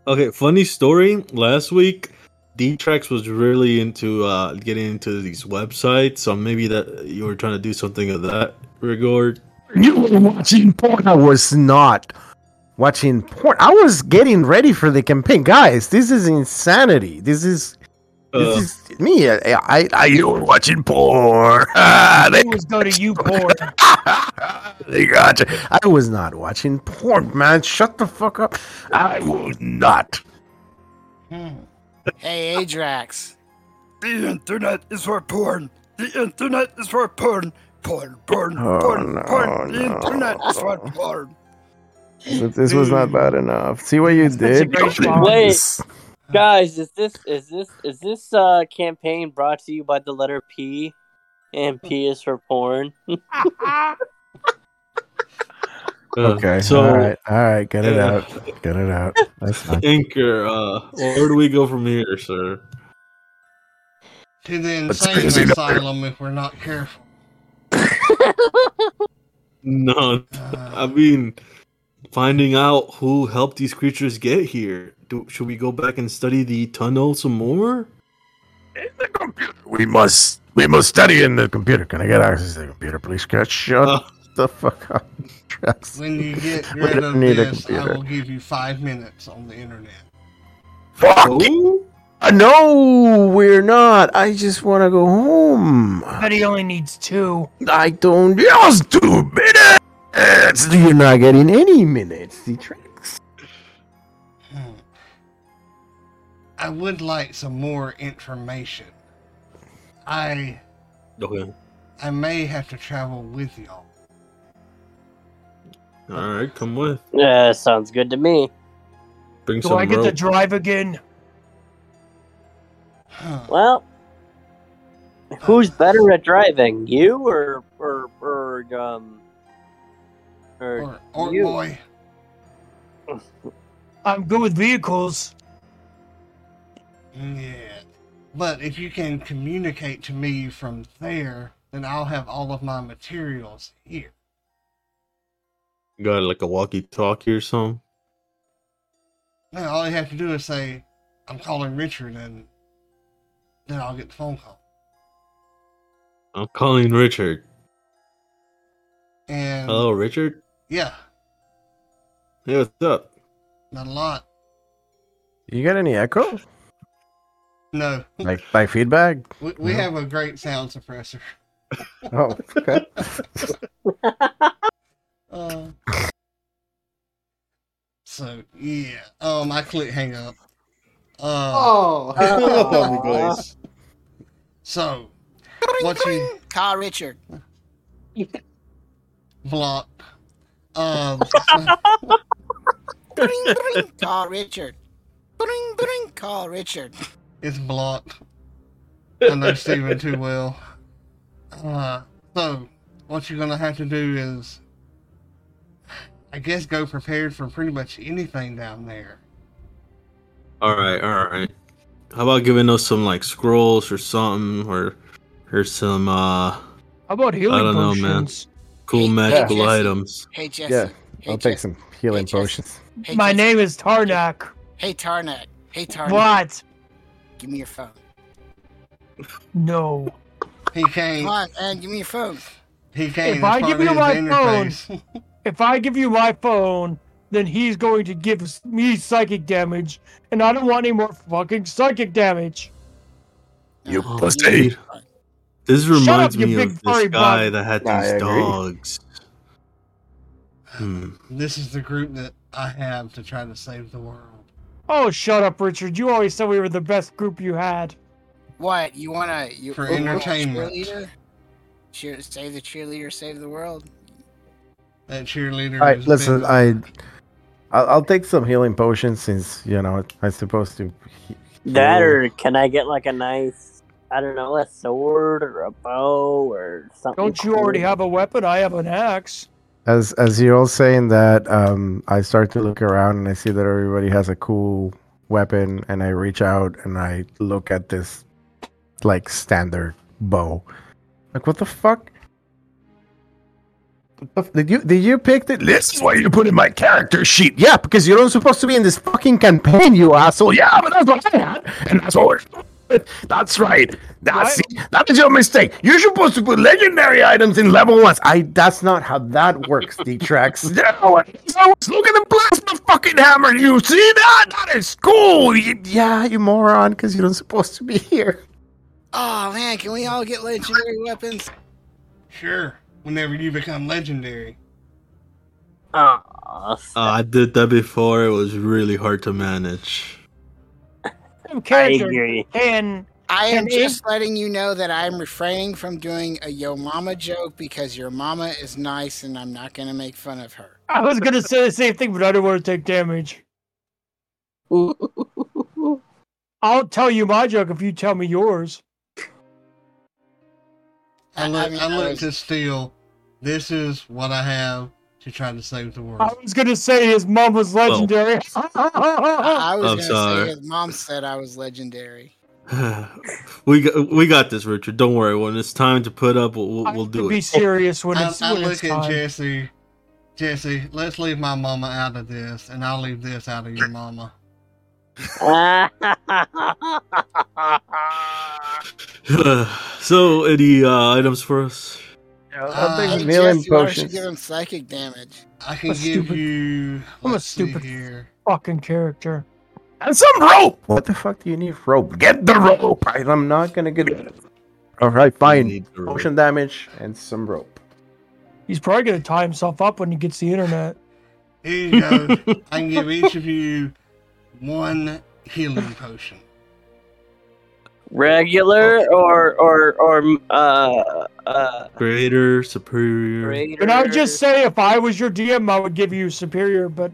Okay, funny story. Last week, Dtrax was really into uh, getting into these websites, so maybe that you were trying to do something of that regard.
You were watching porn. I was not watching porn. I was getting ready for the campaign, guys. This is insanity. This is
Uh,
this is me. I I, I you were watching porn. they,
Always go to you, poor.
they got you. I was not watching porn, man. Shut the fuck up. I was not.
Hmm.
Hey, Adrax.
The internet is for porn. The internet is for porn. Porn, porn,
Oh,
porn,
no,
porn. The
no.
internet is for porn.
This was not bad enough. See what you
That's a
did.
great
You
song.
did
Guys, is this is this is this uh campaign brought to you by the letter P? And P is for porn.
uh,
Okay.
so
all right. All right. Get it
Yeah.
out. Get it out. That's fine.
Anchor, uh, where do we go from here, sir?
To the
That's
insane
crazy to-
asylum if we're not careful.
No, I
Uh,
mean, finding out who helped these creatures get here. Do, should we go back and study the tunnel some more?
We must. We must study in the computer. Can I get access to the computer, please? Get shut
Uh.
the fuck up. Trust.
when you get
We
rid
don't
of
need a
this, I
computer.
will give you five minutes on the internet.
Fuck!
Oh,
it. No, we're not. I just want to go home.
But he only needs two.
I don't just two minutes. You're not getting any minutes. The tricks.
Hmm. I would like some more information. I
okay.
I may have to travel with y'all.
All right, come with.
Yeah, sounds good to me.
Bring
Do
some
I get to
rope.
drive again?
Huh.
Well, who's better at driving, you or or or um or
Or, or
you.
boy,
I'm good with vehicles.
yeah. But if you can communicate to me from there, then I'll have all of my materials here.
Got like a walkie-talkie or something.
Now all you have to do is say, "I'm calling Richard," and then I'll get the phone call.
I'm calling Richard.
Oh.
And
Hello, Richard.
yeah,
Hey, what's up?
not a lot.
You got any echo?
No,
Like like feedback?
we, we
No.
have a great sound suppressor.
Oh, okay.
Uh, so yeah, um, I click hang up. Uh,
Oh.
Lovely place.
so what you
Kyle Richard.
block? Um,
Bring, bring, Kyle Richard. Bring, bring, Kyle Richard.
it's blocked. I know Steven too well. Uh, so what you're gonna have to do is, I guess, go prepared for pretty much anything down there.
All right, all right. How about giving us some like scrolls or something, or or some uh
How about healing
I don't know,
potions?
man. cool
Yeah.
magical
Yeah.
items?
Hey, Jesse.
Yeah,
Hey,
I'll
Jesse.
take some healing
Hey, Jesse.
potions.
Hey,
My
Jesse.
name is Tarnak.
Hey, Tarnak. Hey, Tarnak.
What?
Give me your phone.
No.
He
Come
can't.
on, man. Give me your phone.
He can't.
If I
it's
give
part of
you
his
my
interface.
If I give you my phone, then he's going to give s- me psychic damage, and I don't want any more fucking psychic damage.
You
Oh,
pussy.
give me your phone.
This
Shut
reminds
up, you
me
big
of this
furry
guy
bug.
that had
I
these
agree.
dogs. Hmm.
this is the group that I have to try to save the world.
Oh, shut up, Richard. You always said we were the best group you had.
What? You wanna you
For
you want a
entertainment.
Cheerleader? Cheer, save the cheerleader, save the world.
That cheerleader.
All right,
is
listen,
big.
I I'll, I'll take some healing potions since you know I'm supposed to. he-
That
heal.
or can I get like a nice, I don't know, a sword or a bow or something?
Don't you already
cool?
have a weapon? I have an axe.
As as you're all saying that, um, I start to look around and I see that everybody has a cool weapon, and I reach out and I look at this like standard bow. Like what the fuck? What the f- Did you did you pick the, this? Is what you put in my character sheet? Yeah, because you're not supposed to be in this fucking campaign, you asshole. Yeah, but that's what I had, and that's what. We're, that's right. That's that is your mistake. You're supposed to put legendary items in level ones. I. That's not how that works, Dtrax. No, it's how it's- look at the plasma fucking hammer. You see that? That is cool. You- yeah, you moron, because you're not supposed to be here.
Oh man, can we all get legendary weapons?
Sure. Whenever you become legendary.
Aw,
Uh, I did that before. It was really hard to manage.
Some
I
character
agree.
can
I am
Can
just letting you know that I'm refraining from doing a yo mama joke because your mama is nice and I'm not gonna make fun of her.
I was gonna say the same thing, but I don't want to take damage. I'll tell you my joke if you tell me yours.
I
I-
look, I,
I mean, I
look
was-
to steal. This is what I have to try to save the world.
I was gonna say his mom was legendary. Oh,
I I was
I'm
gonna
sorry.
say his mom said I was legendary.
we got we got this, Richard. Don't worry. When it's time to put up, we'll, we'll, we'll
I
do
Be
it.
serious when
I,
it's,
I
when it's
look at
time.
Jesse. Jesse, let's leave my mama out of this, and I'll leave this out of your mama.
so, any uh, items for us?
I'll take
Hey,
some
healing
Jesse, why don't you
potions.
give him psychic damage?
I can
a
give
stupid-
you.
I'm a
let's see
stupid-
Here.
Fucking character.
And some rope. What the fuck do you need rope? Get the rope. I, am not gonna get it. All right,
We
fine.
need the rope.
Potion damage and some rope.
He's probably gonna tie himself up when he gets the internet.
Here you go. I can give each of you one healing potion.
Regular or or or uh uh.
Greater, superior.
And I would just say if I was your DM, I would give you superior, but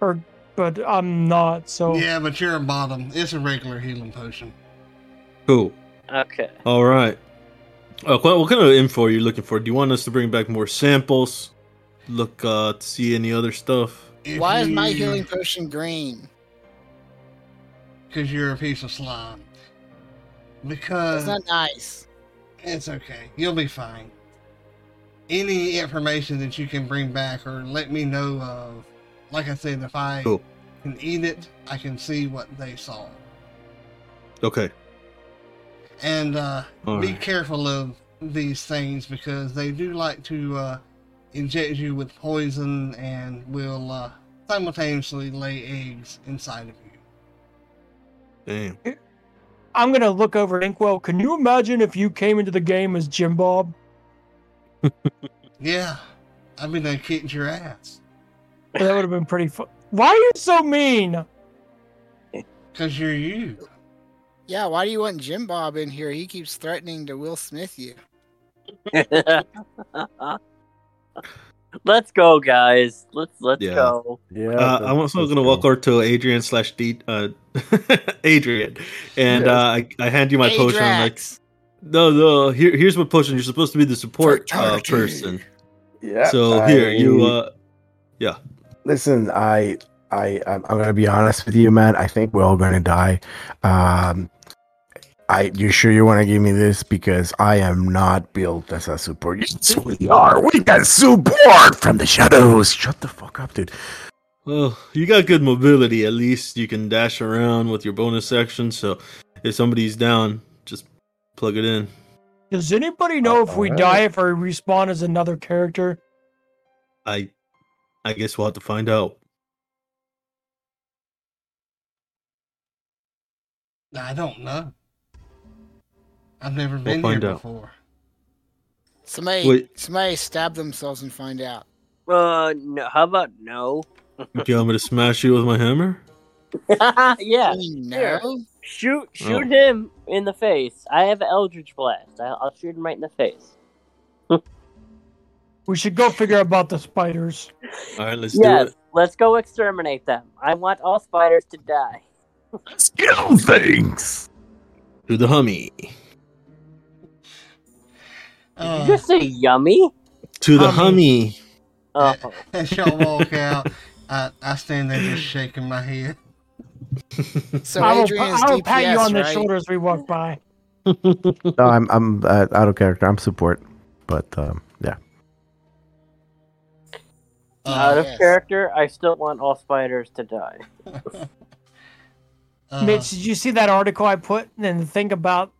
or but I'm not. So
Yeah, but you're a bottom. It's a regular healing potion.
Cool.
okay.
All right. Uh, what, what kind of info are you looking for? Do you want us to bring back more samples? Look uh, to see any other stuff?
If
Why is my
you-
healing potion green?
Because you're a piece of slime. Because
That's not nice.
it's okay. You'll be fine. Any information that you can bring back or let me know of, like I said, if I
Cool.
can eat it, I can see what they saw.
Okay.
And uh,
All
be
right.
careful of these things because they do like to uh, inject you with poison and will uh, simultaneously lay eggs inside of you.
Damn.
I'm gonna look over at Inkwell. Can you imagine if you came into the game as Jim Bob?
Yeah, I mean, I kicked your ass
That would have been pretty fun. Why are you so mean?
because you're you.
Yeah, why do you want Jim Bob in here? He keeps threatening to Will Smith you.
let's go, guys. Let's let's
Yeah.
go.
Yeah.
Uh, I'm also going to walk over to Adrian slash D, uh, Adrian, and uh, I, I hand you my
Hey,
potion. I'm like,
Drax.
no, no. Here, here's my potion. You're supposed to be the support uh,
Fraternity.
person.
Yeah.
So
I-
here, you. Uh,
Listen, I, I, I'm, I'm gonna be honest with you, man. I think we're all gonna die. Um, I, you sure you want to give me this? Because I am not built as a support. Yes, we are. We got support from the shadows. Shut the fuck up, dude.
well, you got good mobility. At least you can dash around with your bonus action. So if somebody's down, just plug it in.
Does anybody know if we
Alright.
die if I respawn as another character?
I, I guess we'll have to find out.
I don't know. I've never been
find
here
out.
before.
Somebody,
Wait.
somebody stab themselves and find out.
Uh, no, how about no?
Do you want me to smash you with my hammer?
yeah,
We
here.
Oh, know.
shoot shoot
Oh.
him in the face. I have Eldritch Blast. I, I'll shoot him right in the face.
We should go figure out about the spiders.
All right, let's do
yes,
it.
let's go exterminate them. I want all spiders to die.
Skill things.
Do the hummy.
Did
Uh,
you just say yummy?
To the
Hummy.
hummy.
Oh,
as y'all walk out, I, I stand there just shaking my head.
So
I will,
Adrian's
I will pat you
DPS,
on the
right?
shoulder as we walk by.
No, I'm, I'm uh, out of character. I'm support, but um, yeah.
out
Uh,
of
yes.
character, I still want all spiders to die.
uh,
Mitch, did you see that article I put and the thing about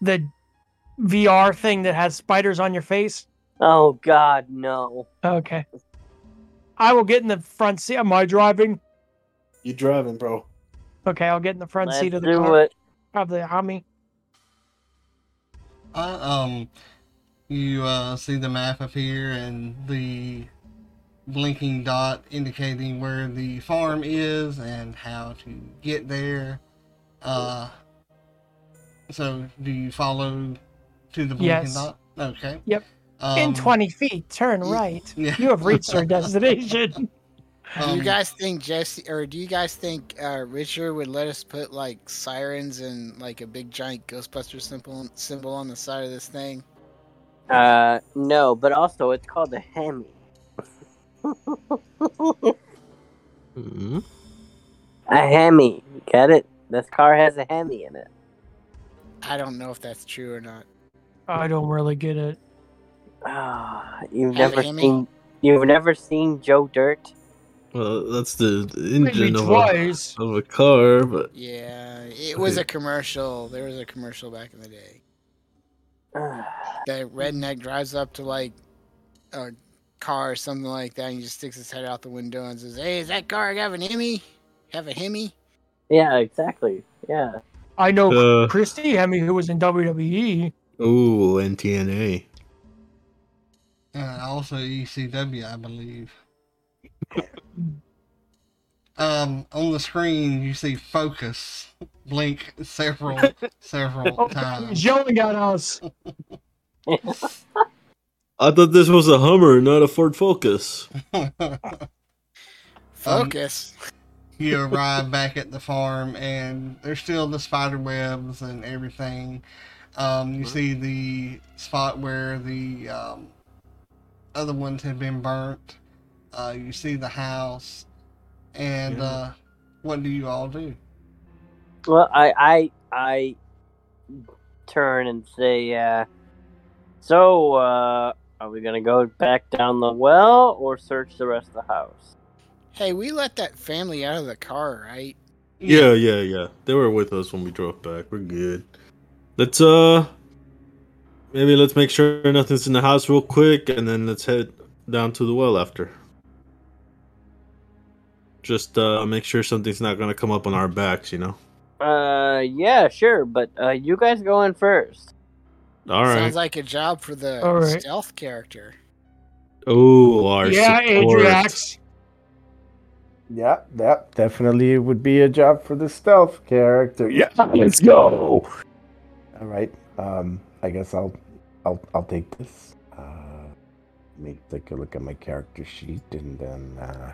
the VR thing that has spiders on your face?
Oh God, no!
Okay. I will get in the front seat. Am I driving?
You driving, bro?
Okay, I'll get in the front
Let's
seat of the
do
car.
it.
Of the Hummy.
I, um, you uh, see the map up here and the blinking dot indicating where the farm is and how to get there. Uh, so do you follow to the blinking
Yes.
dot? Okay.
Yep.
Um,
in 20 feet, turn right.
yeah.
You have reached your destination.
do
um,
you guys think Jesse or do you guys think uh, Richard would let us put like sirens and like a big giant Ghostbuster symbol symbol on the side of this thing?
Uh, no, but also it's called a hemi.
Hmm?
Mhm.
A hemi, get it? This car has a hemi in it.
I don't know if that's true or not.
I don't really get it.
Ah, you've
Has a
never
Hemi?
seen. You've never seen Joe Dirt.
Well, that's the the
Maybe
engine of a,
twice.
of a car, but
Yeah, it was
Okay.
a commercial. There was a commercial back in the day.
Ah,
That redneck drives up to like a car or something like that, and he just sticks his head out the window and says, "Hey, is that car have an Hemi? Have a Hemi?"
yeah, exactly. Yeah.
I know
Uh,
Christy Hemme, who was in E, WWE.
oh, and TNA.
Uh, also ECW, I believe. um, on the screen, you see focus blink several, several
Oh,
times.
yelling at us.
I thought this was a Hummer, not a Ford Focus.
Um,
Focus.
you arrive back at the farm, and there's still the spider webs and everything. Um, you see the spot where the um, other ones had been burnt. Uh, you see the house, and
Yeah.
uh, what do you all do?
Well, I I I turn and say, uh, so uh, are we gonna go back down the well or search the rest of the house?
Hey, we let that family out of the car, right?
Yeah, yeah, yeah. They were with us when we drove back. We're good. Let's uh, maybe let's make sure nothing's in the house real quick, and then let's head down to the well after. Just uh, make sure something's not gonna come up on our backs, you know.
Uh, yeah, sure, but uh, you guys go in first.
All right.
Sounds like a job for the
All right.
stealth character.
oh, our
yeah,
support.
Adriax.
Yeah, that definitely would be a job for the stealth character. Yeah, let's go. All right. Um, I guess I'll, I'll, I'll take this. Uh, let me take a look at my character sheet, and then uh,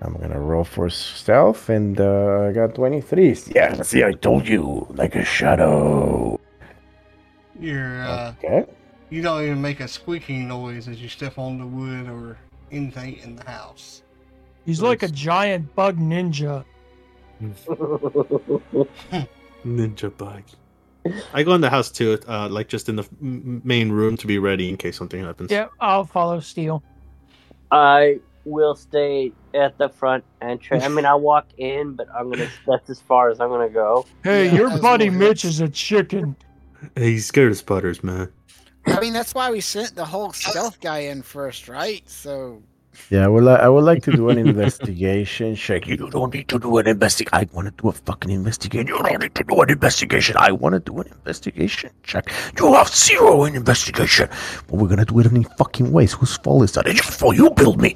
I'm gonna roll for stealth, and uh, I got 23s. Yeah, see, I told you, like a shadow.
Oh.
You're uh,
Okay.
you don't even make a squeaking noise as you step on the wood or anything in the house.
He's like a giant bug ninja.
Ninja bike. I go in the house too, uh, like just in the m- main room to be ready in case something happens.
Yeah, I'll follow Steel.
I will stay at the front entrance. I mean, I walk in, but I'm gonna. That's as far as I'm gonna go.
Hey,
Yeah,
your
as
buddy
well.
Mitch is a chicken.
Hey, he's scared of spiders, man.
I mean, that's why we sent the whole stealth guy in first, right? So
Yeah, well, I would like to do an investigation check. You don't need to do an investigation. I want to do a fucking investigation. You don't need to do an investigation. I want to do an investigation check. You have zero in investigation. But we're gonna do it any fucking ways. Whose fault is that? It's your fault. You build me.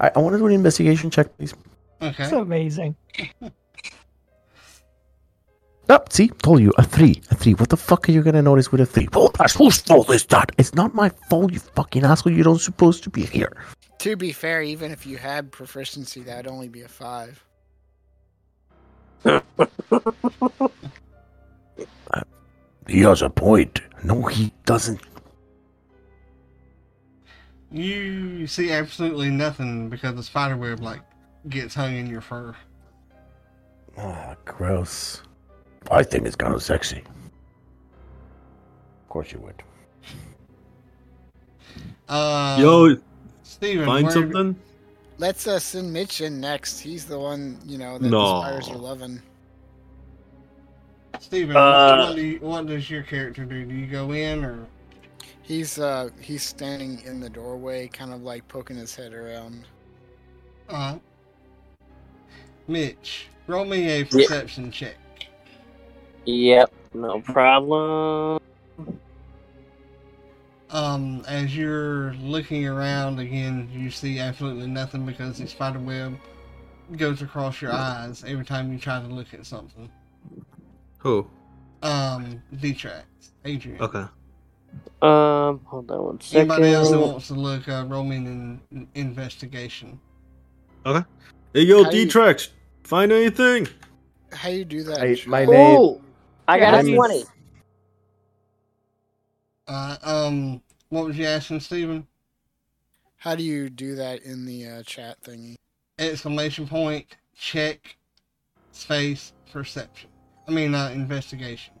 I, I want to do an investigation check, please.
Okay.
It's amazing.
Oh, see, told you a three, a three. What the fuck are you gonna notice with a three? Well, that's whose fault is that? It's not my fault, you fucking asshole. You don't supposed to be here.
to be fair, even if you had proficiency, that'd only be a five.
He has a point. No, he doesn't.
You see absolutely nothing because the spider web like gets hung in your fur.
Ah, gross. I think it's kind of sexy. Of course you would.
Uh,
Yo,
Steven,
find
where-
something?
Let's uh, send Mitch in next. He's the one you know that
No.
the spiders are loving.
Steven,
Uh,
what, do you, what does your character do? Do you go in or?
He's uh he's standing in the doorway, kind of like poking his head around.
Uh, Mitch, roll me a perception check.
Yep, no problem.
Um, as you're looking around again, you see absolutely nothing because the spider web goes across your eyes every time you try to look at something.
Who?
Um, D tracks, Adrian.
Okay.
Um, hold on one second.
Anybody else that wants to look, uh, roll me an in- investigation.
Hey, yo,
How do
D
you-
Trex, find anything?
How you do that?
I-
Joe?
my name-
Oh!
Ooh, I got
Yeah,
a
I'm-
twenty.
Uh, um, what was you asking, Stephen?
How do you do that in the uh, chat thingy?
Exclamation point, check, space, perception. I mean, uh, investigation.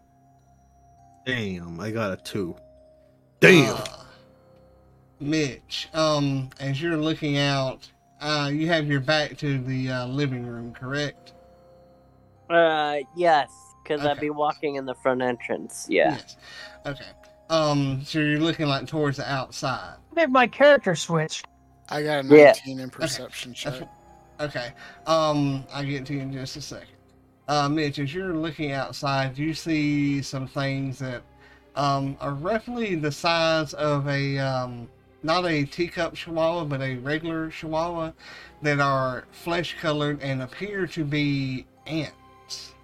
Damn, I got a two. Damn.
Uh, Mitch, um, as you're looking out, uh, you have your back to the uh, living room, correct?
Uh, yes, because I'd
Okay.
be walking in the front entrance.
Hmm.
Yeah.
Yes. Okay. Um, so you're looking like towards the outside.
I did my character switch.
I got a
Yeah.
19 in perception
That's
check.
wh- okay. Um, I'll get to you in just a second. Uh, Mitch, as you're looking outside, you see some things that um, are roughly the size of a um, not a teacup chihuahua, but a regular chihuahua that are flesh colored and appear to be ants.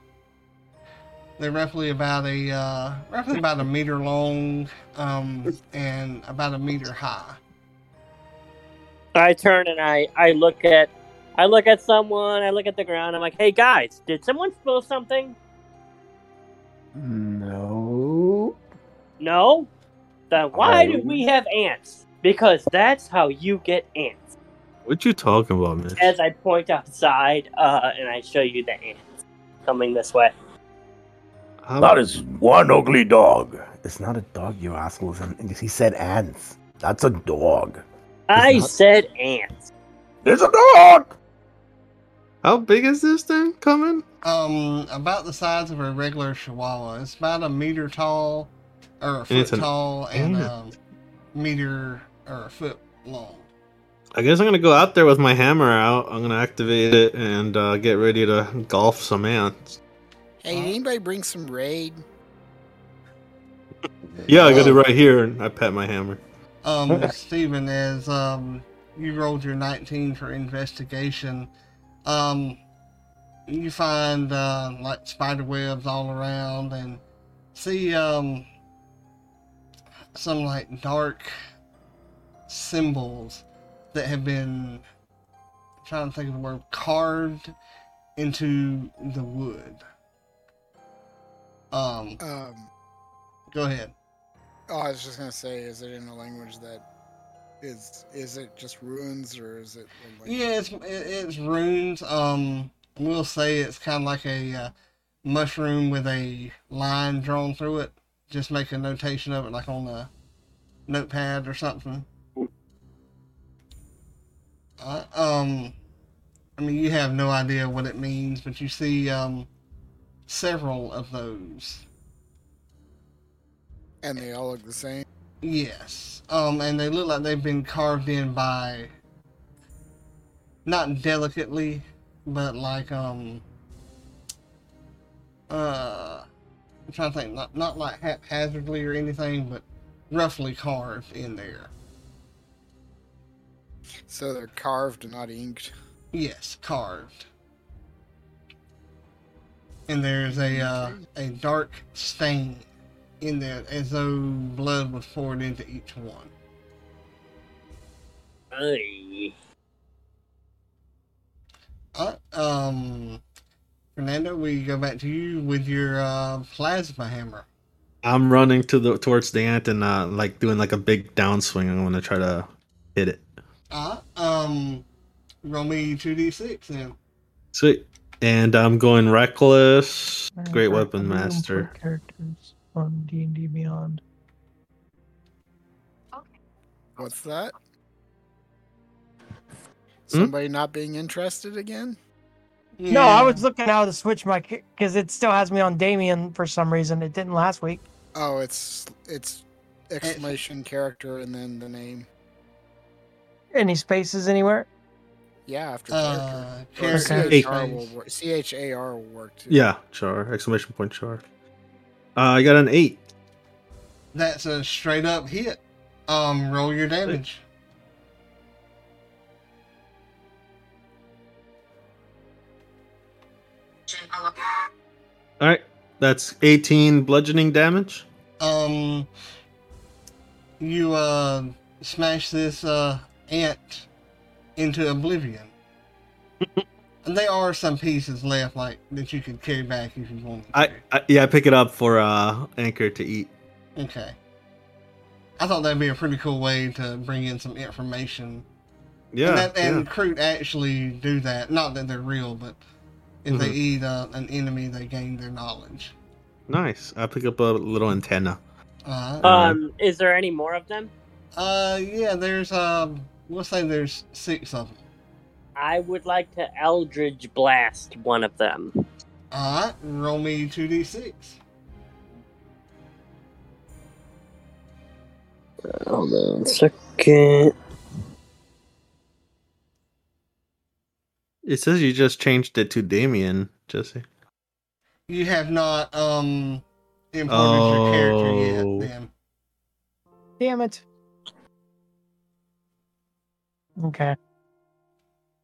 They're roughly about a uh, roughly about a meter long um, and about a meter high.
I turn and I I look at I look at someone. I look at the ground. I'm like, hey guys, did someone spill something?
No.
No. Then why do
Oh.
we have ants? Because that's how you get ants.
What you talking about, man?
As I point outside, uh, and I show you the ants coming this way.
How-
That is one ugly dog. It's not a dog, you assholes. And He said ants. That's a dog.
I
not-
said ants.
It's a dog.
How big is this thing coming?
Um, about the size of a regular Chihuahua. It's about a meter tall, or a foot
it's an
tall, and
ant.
um, meter or a foot long.
I guess I'm gonna go out there with my hammer out. I'm gonna activate it and uh, get ready to golf some ants.
Hey, did anybody bring some raid?
Yeah, I got it right here, and I pat my hammer.
Um, Stephen, as um, you rolled your 19 for investigation, um, you find uh, like spider webs all around and see um, some like dark symbols that have been I'm trying to think of the word carved into the wood. Um,
Um,
go ahead.
oh, I was just gonna say, is it in a language that is is it just ruins or is it? a language?
Yeah, it's it- it's runes. Um, we'll say it's kind of like a uh, mushroom with a line drawn through it. Just make a notation of it, like on a notepad or something. Uh, um, I mean, you have no idea what it means, but you see um several of those.
And they all look the same.
Yes. Um, and they look like they've been carved in by not delicately, but like um uh I'm trying to think, not not like haphazardly or anything, but roughly carved in there.
So they're carved and not inked.
Yes, carved. And there's a uh, a dark stain in there as though blood was poured into each one.
Ay.
Uh, um, Fernando, we go back to you with your uh, plasma hammer.
I'm running to the towards the ant and uh, like doing like a big downswing. I'm gonna try to hit it.
Uh, um, roll me two d six then.
Sweet. And I'm going reckless. Great weapon
Room for
master.
Characters on D and D Beyond.
What's that? Somebody not being interested again?
No, I
Yeah.
was looking how to switch my because it still has me on Damien for some reason. It didn't last week.
Oh, it's it's exclamation character and then the name.
Any spaces anywhere?
Yeah, after character.
uh,
Or
character
C H R
space.
will work. C H A R will work too.
Yeah, char exclamation point char. Uh, I got an eight.
That's a straight up hit. Um, roll your damage.
All right, that's 18 bludgeoning damage.
Um, you uh smash this uh ant into oblivion. And there are some pieces left, like that you could carry back if you wanted.
I, I yeah, I pick it up for uh anchor to eat.
Okay. I thought that'd be a pretty cool way to bring in some information.
Yeah,
and that, and
yeah.
Crute actually do that. Not that they're real, but if they
Mhm.
eat uh, an enemy, they gain their knowledge.
nice. I pick up a little antenna.
Uh-huh.
Uh,
Um, is there any more of them?
uh, yeah. There's um, we'll say there's six of them.
I would like to Eldridge blast one of them.
All right, roll me two d six.
Hold on a second.
It says you just changed it to Damien, Jesse.
You have not um imported your
Oh.
character yet. Then
Damn it. Okay.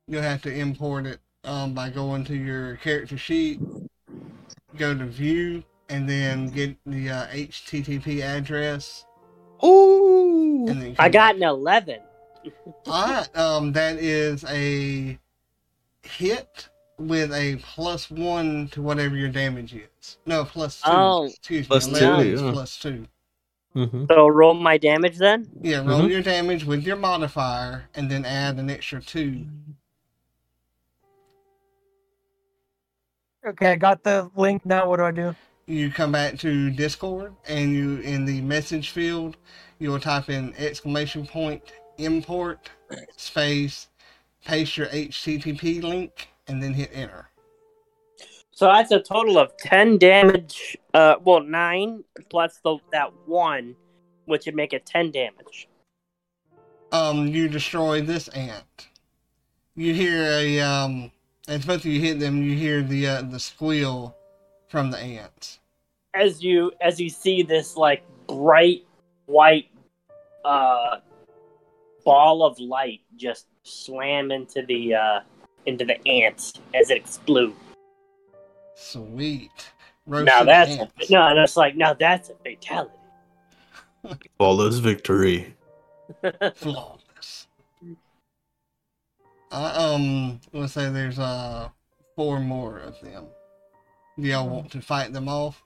you'll have to import it um by going to your character sheet, go to view, and then get the uh, HTTP address.
Oh,
And then
I got an 11.
All right, um, that is a hit with a plus one to whatever your damage is. No, plus two.
Oh.
excuse
Plus
me. 11
two,
is
yeah.
plus two.
hmm
So roll my damage then?
Yeah, roll
Mhm.
your damage with your modifier and then add an extra two.
Okay, I got the link. Now what do I do?
You come back to Discord and you in the message field, you'll type in exclamation point import space, paste your HTTP link, and then hit enter.
So that's a total of 10 damage. Uh, well, 9 plus the, that 1, which would make it 10 damage.
um, you destroy this ant. You hear a um, as both of you hit them, you hear the uh, the squeal from the ants.
as you as you see this like bright white uh ball of light just slam into the uh into the ants as it explodes.
Sweet.
now
Roasted
that's a,
ants.
no, and it's like now that's a fatality.
Follows victory.
flawless. I um let's say there's uh four more of them. Do y'all want to fight them off?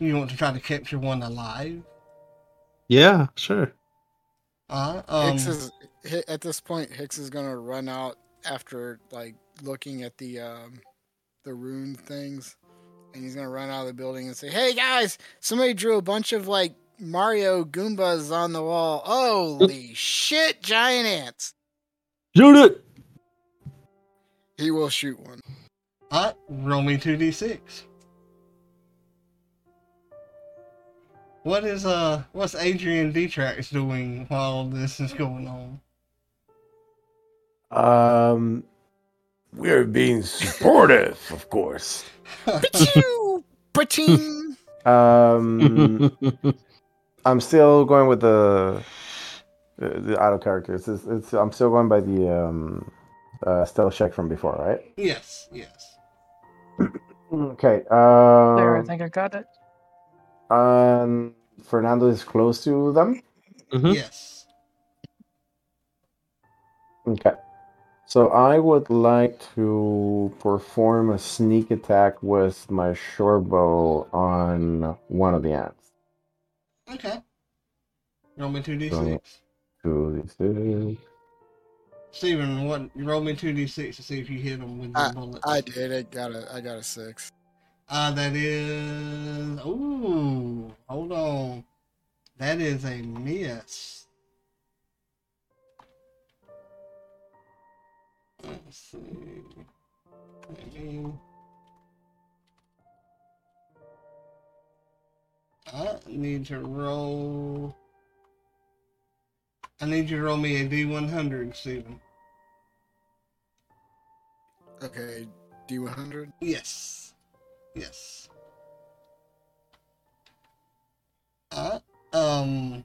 You want to try to capture one alive?
Yeah, sure.
Uh um
Hicks is Hi- at this point. Hicks is gonna run out after like looking at the um, the rune things, and he's gonna run out of the building and say, "Hey guys, somebody drew a bunch of like Mario Goombas on the wall. Holy shit, giant ants!"
Shoot it.
He will shoot one.
uh, roll me two D six. What is uh what's Adrian Detrax doing while this is going on?
Um, we're being supportive, of course.
Pachoo! Paching!
Um, I'm still going with the the, the auto characters. It's, it's I'm still going by the um uh stealth check from before, right?
yes, yes.
Okay. Um,
There, I think I got it.
um, Fernando is close to them.
Hmm?
Yes.
Okay. So I would like to perform a sneak attack with my short bow on one of the ants.
Okay. Roll me two D
So-
six.
Two, two.
Steven, what you roll me two d six to see if you hit him with the bullet.
I did. I got a. I got a six.
Uh, that is. Ooh, hold on. That is a miss. Let's see. I mean- I need to roll. I need you to roll me a D100, Steven.
Okay, D one hundred.
Yes. Yes. Uh, um,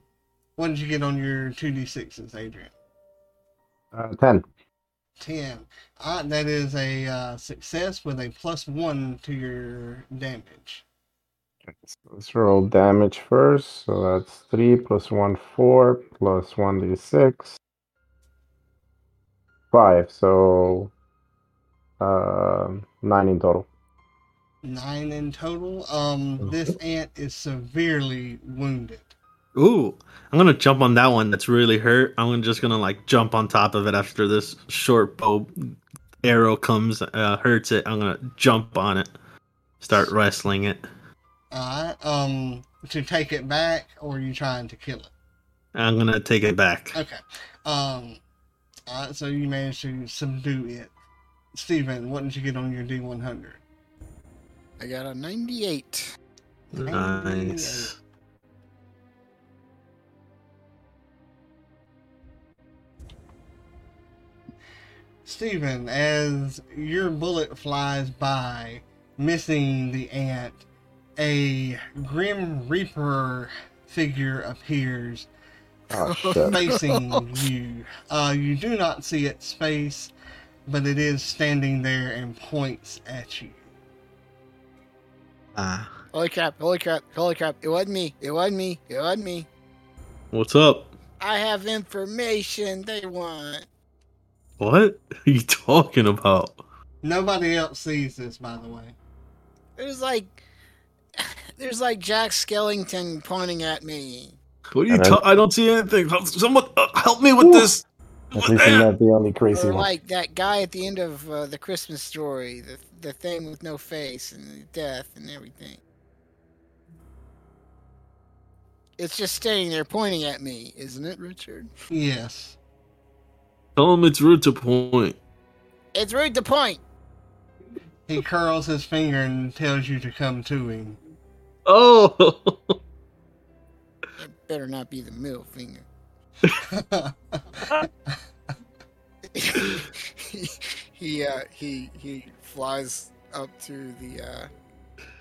what did you get on your 2d6s, Adrian?
Uh, ten.
10. Uh, that is a uh, success with a plus 1 to your damage.
Let's roll damage first. So that's three plus one, four plus one d six, five. So uh, nine in total.
9 in total. Um, this ant is severely wounded.
Ooh, I'm gonna jump on that one. That's really hurt. I'm gonna- just gonna like jump on top of it after this short bow arrow comes uh, hurts it. I'm gonna jump on it, start wrestling it.
Uh, um, to take it back, or are you trying to kill it?
I'm gonna take it back.
Okay. Um. Uh, so you managed to subdue it. Steven, what did you get on your D100?
I got a ninety eight.
Nice.
Steven, as your bullet flies by, missing the ant, a Grim Reaper figure appears
Oh shit!
facing you. Uh, you do not see its face, but it is standing there and points at you.
Ah,
Holy crap! Holy crap! Holy crap! It wasn't me. It wasn't me. It wasn't me.
what's up?
I have information they want.
What are you talking about?
Nobody else sees this, by the way.
There's like, there's like Jack Skellington pointing at me.
What are you?
And
Ta- I don't see anything. Help- Someone uh, help me with
Ooh.
this.
At
What-
least I'm not the only crazy
Or
one.
like that guy at the end of uh, the Christmas story, the the thing with no face and the death and everything. It's just standing there pointing at me, isn't it, Richard?
Yes.
Tell him it's rude to point.
It's rude to point.
He curls his finger and tells you to come to him.
Oh,
It better not be the middle finger. he he, uh, he he flies up to the uh,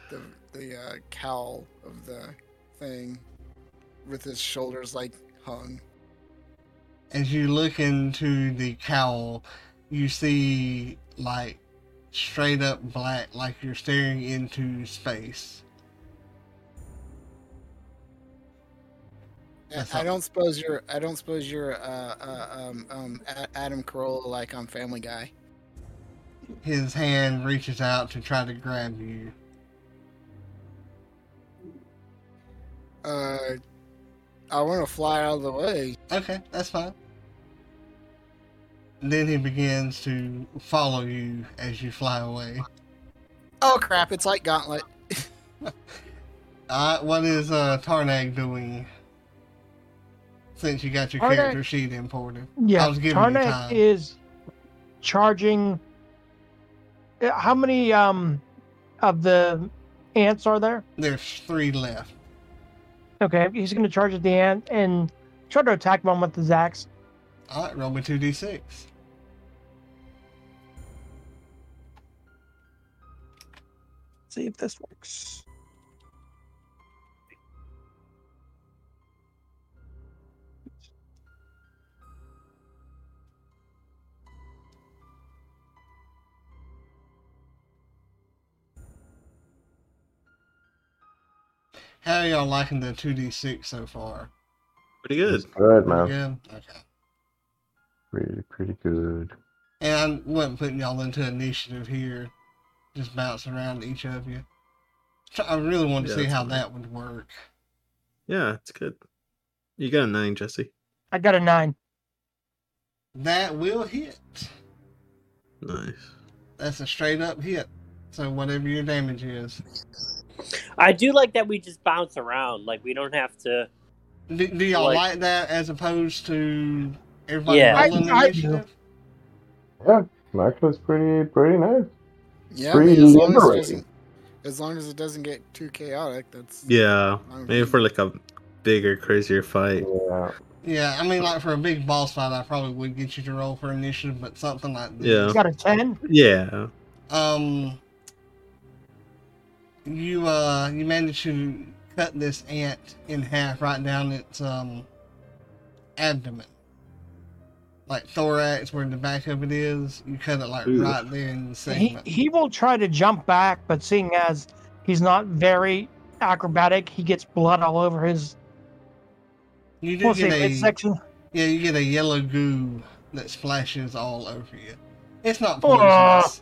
the the uh, cowl of the thing with his shoulders like hung.
as you look into the cowl, you see like straight up black, like you're staring into space.
I-
That's
I
all.
don't suppose you're I don't suppose you're uh, uh, um, um, A- Adam Carolla like on Family Guy.
His hand reaches out to try to grab you.
Uh, I want to fly out of the way.
Okay, that's fine. Then he begins to follow you as you fly away.
Oh crap! It's like Gauntlet.
Uh, what is uh, Tarnag doing? Since you got your
Tarnag-
character sheet imported.
Yeah,
I was giving you
Tarnak
time.
is charging. Uh, How many um of the ants are there?
There's three left.
Okay, he's going to charge at the ant and try to attack one with his axe.
All right, roll me 2d6.
See if this works.
How are y'all liking the 2d6 so far?
Pretty good.
Good,
Uh,
Pretty
man.
Good? Okay.
Pretty, pretty good.
And I wasn't putting y'all into initiative here, just bouncing around each of you. So I really wanted to
Yeah,
see
that's
how
fine.
that would work.
Yeah, it's good. You got a nine, Jesse.
I got a nine.
That will hit.
Nice.
That's a straight up hit. So whatever your damage is.
I do like that we just bounce around. Like we don't have to.
Do, do y'all like,
Like-
that as opposed to everybody
Yeah.
I-
rolling
I-
initiative?
Yeah, Michael's pretty, pretty nice.
Yeah, I mean, as long as, it
Pre-liberating.
doesn't, as long as it doesn't get too chaotic, that's
Yeah,
I'm
maybe for like a bigger, crazier fight.
Yeah.
Yeah, I mean, like for a big boss fight, I probably would get you to roll for initiative, but something like this.
Yeah.
I got a ten.
Yeah.
Um, you uh, you managed to cut this ant in half, right down its um abdomen, like thorax, where the back of it is. You cut it like
Ooh.
right there in the
He
segment.
he will try to jump back, but seeing as he's not very acrobatic, he gets blood all over his
you do
we'll say
get a
midsection.
yeah, you get a yellow goo that splashes all over you. It's not
Oh.
Ah.
poisonous.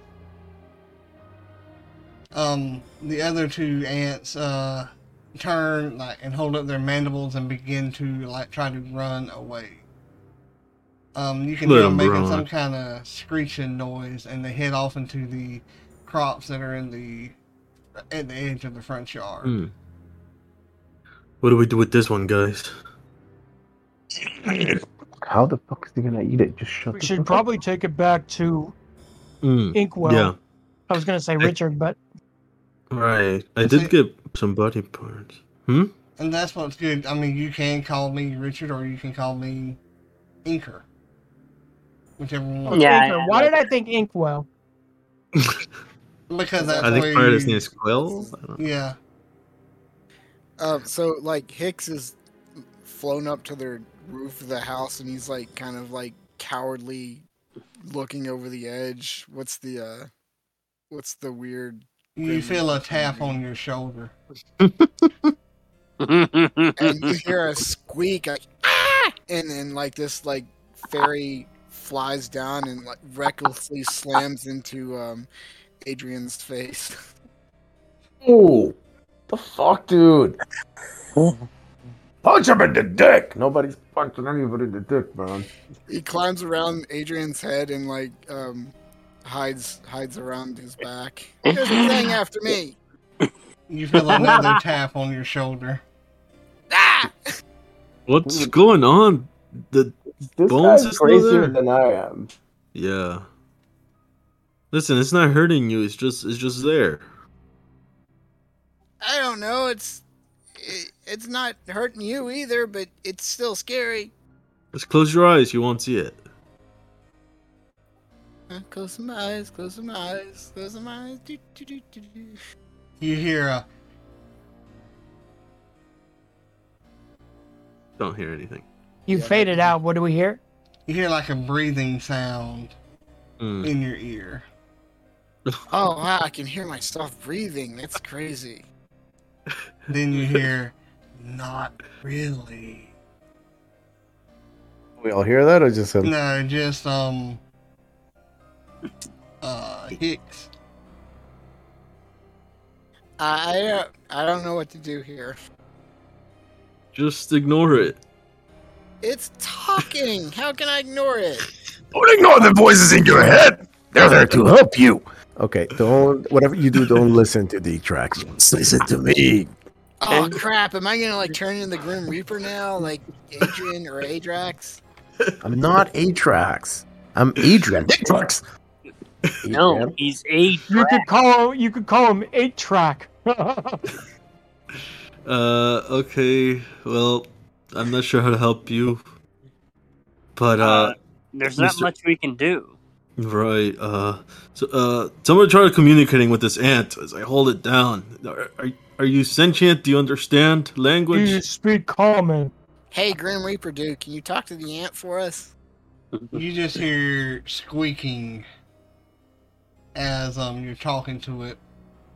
Um, the other two ants uh turn like and hold up their mandibles and begin to like try to run away. Um, you can
Let
hear
'em
them making
run.
some kind of screeching noise, and they head off into the crops that are in the at the edge of the front yard.
Hmm. What do we do with this one, guys?
How the fuck is he gonna eat it? Just shut
We
the
should
fuck up.
probably take it back to
Mm,
Inkwell.
yeah,
I was going to say Richard, but
right. I
Is it-
did get some body parts. Hmm?
And that's what's good. I mean, you can call me Richard or you can call me Inker. Whichever one.
Yeah,
Inkwell.
I- I
why
like
did I think Inkwell?
Because that's
I
where
think part of his
you-
name is Quill. I don't know.
Yeah.
Uh, so like Hicks is flown up to their roof of the house, and he's like kind of like cowardly looking over the edge. What's the uh, what's the weird?
You feel a tap on your shoulder.
And you hear a squeak, like, ah! and then like this like fairy flies down and like recklessly slams into um, Adrian's face.
Oh, the fuck, dude. Punch him in the dick. Nobody's punching anybody in the dick, man.
he climbs around Adrian's head and like um, hides hides around his back. There's a thing after me.
You feel another tap on your shoulder.
Ah!
What's going on? The
This
Bones
guy's
is still
crazier
there.
than I am.
yeah. Listen, it's not hurting you. It's just, it's just there.
I don't know. It's it, It's not hurting you either, but it's still scary.
Just close your eyes. You won't see it.
Uh, Close my eyes, close my eyes, close my eyes. Do, do, do, do, do.
You hear a
Don't hear anything.
You
Yeah, that-
faded out. What do we hear?
you hear like a breathing sound
Mm.
in your ear.
Oh, wow, I can hear myself breathing. That's crazy.
Then you hear, not really.
We all hear that, or just him?
No, just um, uh, Hicks.
I I don't, I don't know what to do here.
Just ignore it.
It's talking. How can I ignore it?
Don't ignore the voices in your head. They're there to help you. Okay, don't. Whatever you do, don't listen to the tracks. Just listen to me.
Oh crap! Am I gonna like turn into the Grim Reaper now, like Adrian or Adrax?
I'm not Atrax. I'm Adrian. Atrax.
No, he's eight.
You could call you could call him eight track.
Uh, okay. Well, I'm not sure how to help you. But, uh,
Uh, There's not
Mr.
much we can do.
right. Uh, so, uh, someone tried communicating with this ant as I hold it down. Are, are, are you sentient? Do you understand language?
you speak common.
Hey, Grim Reaper dude, can you talk to the ant for us?
You just hear squeaking as um you're talking to it,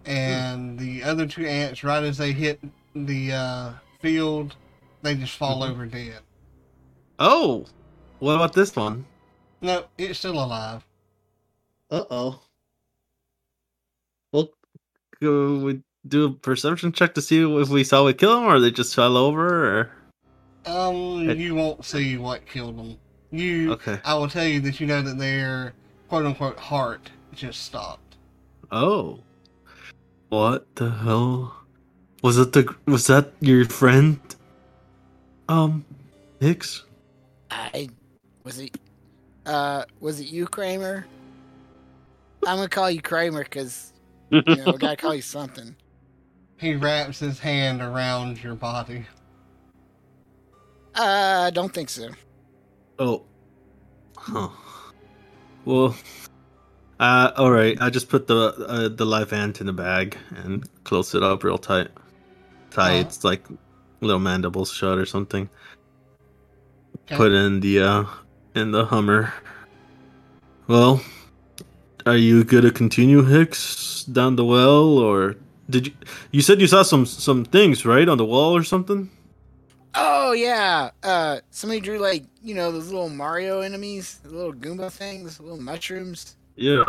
and the other two ants, right as they hit the uh, field, they just fall
Mm-hmm.
over dead.
Oh, what about this one?
No, it's still alive.
Uh oh. Well, go we do a perception check to see if we saw it kill him, or they just fell over, or
Um,
It-
you won't see what killed them. You,
okay.
I will tell you that you know that their quote unquote heart just stopped.
Oh, what the hell? Was it the was that your friend? Um, Hicks.
I was it. Uh, was it you, Kramer? I'm gonna call you Kramer because you know we gotta call you something.
He wraps his hand around your body.
Uh, I don't think so.
Oh. Huh. Well. Uh, all right. I just put the uh, the live ant in the bag and close it up real tight. Tie
Uh-huh.
its like little mandibles shut or something.
Okay.
Put in the uh in the Hummer. Well, are you gonna continue Hicks down the well or did you you said you saw some some things right on the wall or something?
Oh yeah. Uh, somebody drew like you know those little Mario enemies, the little Goomba things, the little mushrooms.
Yeah.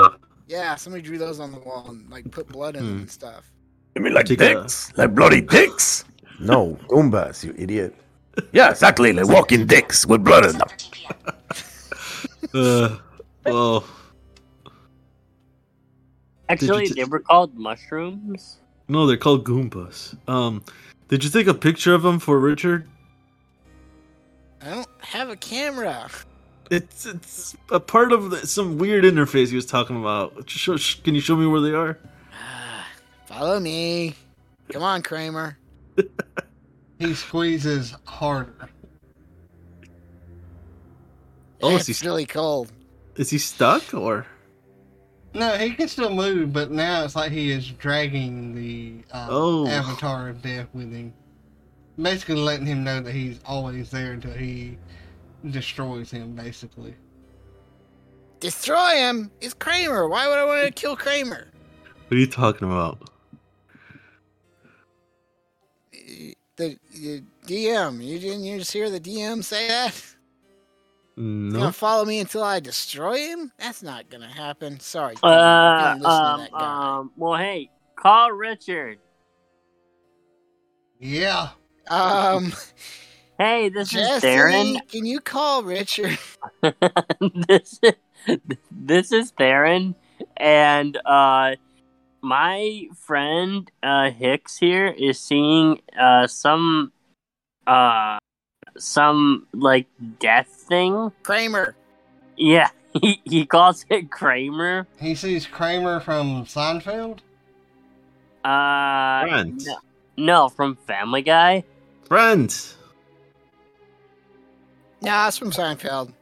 Yeah, somebody drew those on the wall and like put blood
Hmm.
in them and stuff.
I mean, like
Take a- dicks?
like bloody dicks. No, Goombas, you idiot. Yeah, exactly. Like walking dicks with blood in them.
Uh, well.
Actually,
ta-
they were called mushrooms.
No, they're called Goombas. Um, did you take a picture of them for Richard?
I don't have a camera.
It's it's a part of the, some weird interface he was talking about. Sh- sh- Can you show me where they are?
Ah, Follow me. Come on, Kramer.
He squeezes harder.
Oh,
it's
is he,
really cold.
is he stuck or?
No, he can still move, but now it's like he is dragging the uh,
Oh.
avatar of death with him, basically letting him know that he's always there until he destroys him. Basically,
Destroy him. It's Kramer. Why would I want to kill Kramer?
What are you talking about?
The, the DM. You didn't you just hear the DM say that? He's
No.
gonna follow me until I destroy him. That's not gonna happen. Sorry.
Uh,
DM. Don't listen to
um,
that guy.
um, well, hey, call Richard.
yeah.
Um,
Hey, this is
Jesse,
Theron.
can you call Richard?
this is, this is Theron, and uh, my friend uh, Hicks here is seeing uh, some uh, some like death thing.
Kramer.
Yeah, he, he calls it Kramer.
He sees Kramer from Seinfeld.
Uh,
Friends.
no, no, from Family Guy.
Friends.
Nah, it's from Seinfeld.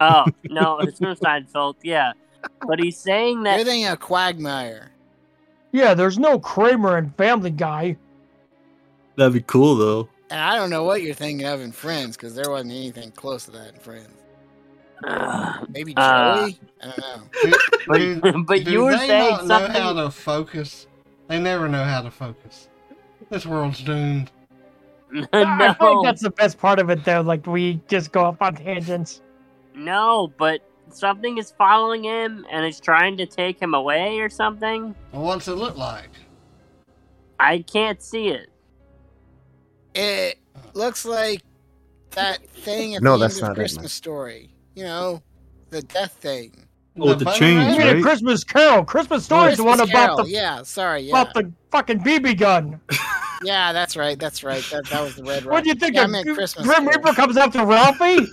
Oh no, it's from Seinfeld. Yeah, but he's saying
You're
that.
thinking of Quagmire.
Yeah, there's no Kramer and Family Guy.
That'd be cool though.
And I don't know what you're thinking of in Friends because there wasn't anything close to that in Friends.
Ugh.
Maybe Joey?
Uh.
I don't know.
Do, do-
but but
do
you were
they
saying
not
something.
know how to focus? They never know how to focus. This world's doomed. Ah,
I
no,
think that's the best part of it, though. Like we just go off on tangents.
no, but something is following him and it's trying to take him away or something.
Well, what's it look like?
I can't see it.
It looks like that thing at
No,
the
that's
end
not
of
it,
Christmas
man.
story. You know, the death thing.
Oh, with the
bunny
chains,
You
rabbit?
mean a
right?
Christmas Carol? Christmas Story is the
Christmas
one about
Carol,
the
yeah. Sorry, yeah,
about the fucking BB gun.
yeah. That's right. That's right. That, that was the red.
What do you
Rocket.
think?
Yeah, I
a
meant
Gr-
Christmas.
Grim
Carol.
Reaper comes after Ralphie.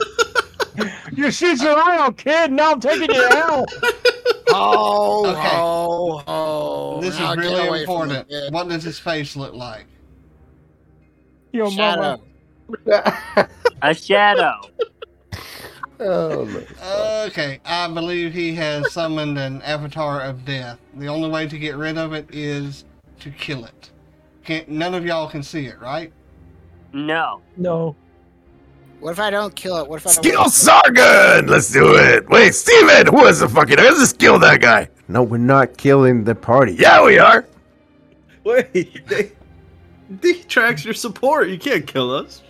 you shoot your eye out, kid. Now I'm taking you out.
Oh,
Okay.
oh, oh.
This
Now
is
get
really
away from
important.
it.
What does his face look like?
Your
Shadow.
mama.
A shadow.
oh, my.
Okay, I believe he has summoned an avatar of death. The only way to get rid of it is to kill it. Can't, none of y'all can see it, right?
no.
No.
What if I don't kill it? What if I don't
Steal
kill it?
Sargon! Let's do it! Wait, Steven! Who is the fucking. Let's just kill that guy! No, we're not killing the party. Yeah, we are!
Wait, they, they tracks your support. You can't kill us.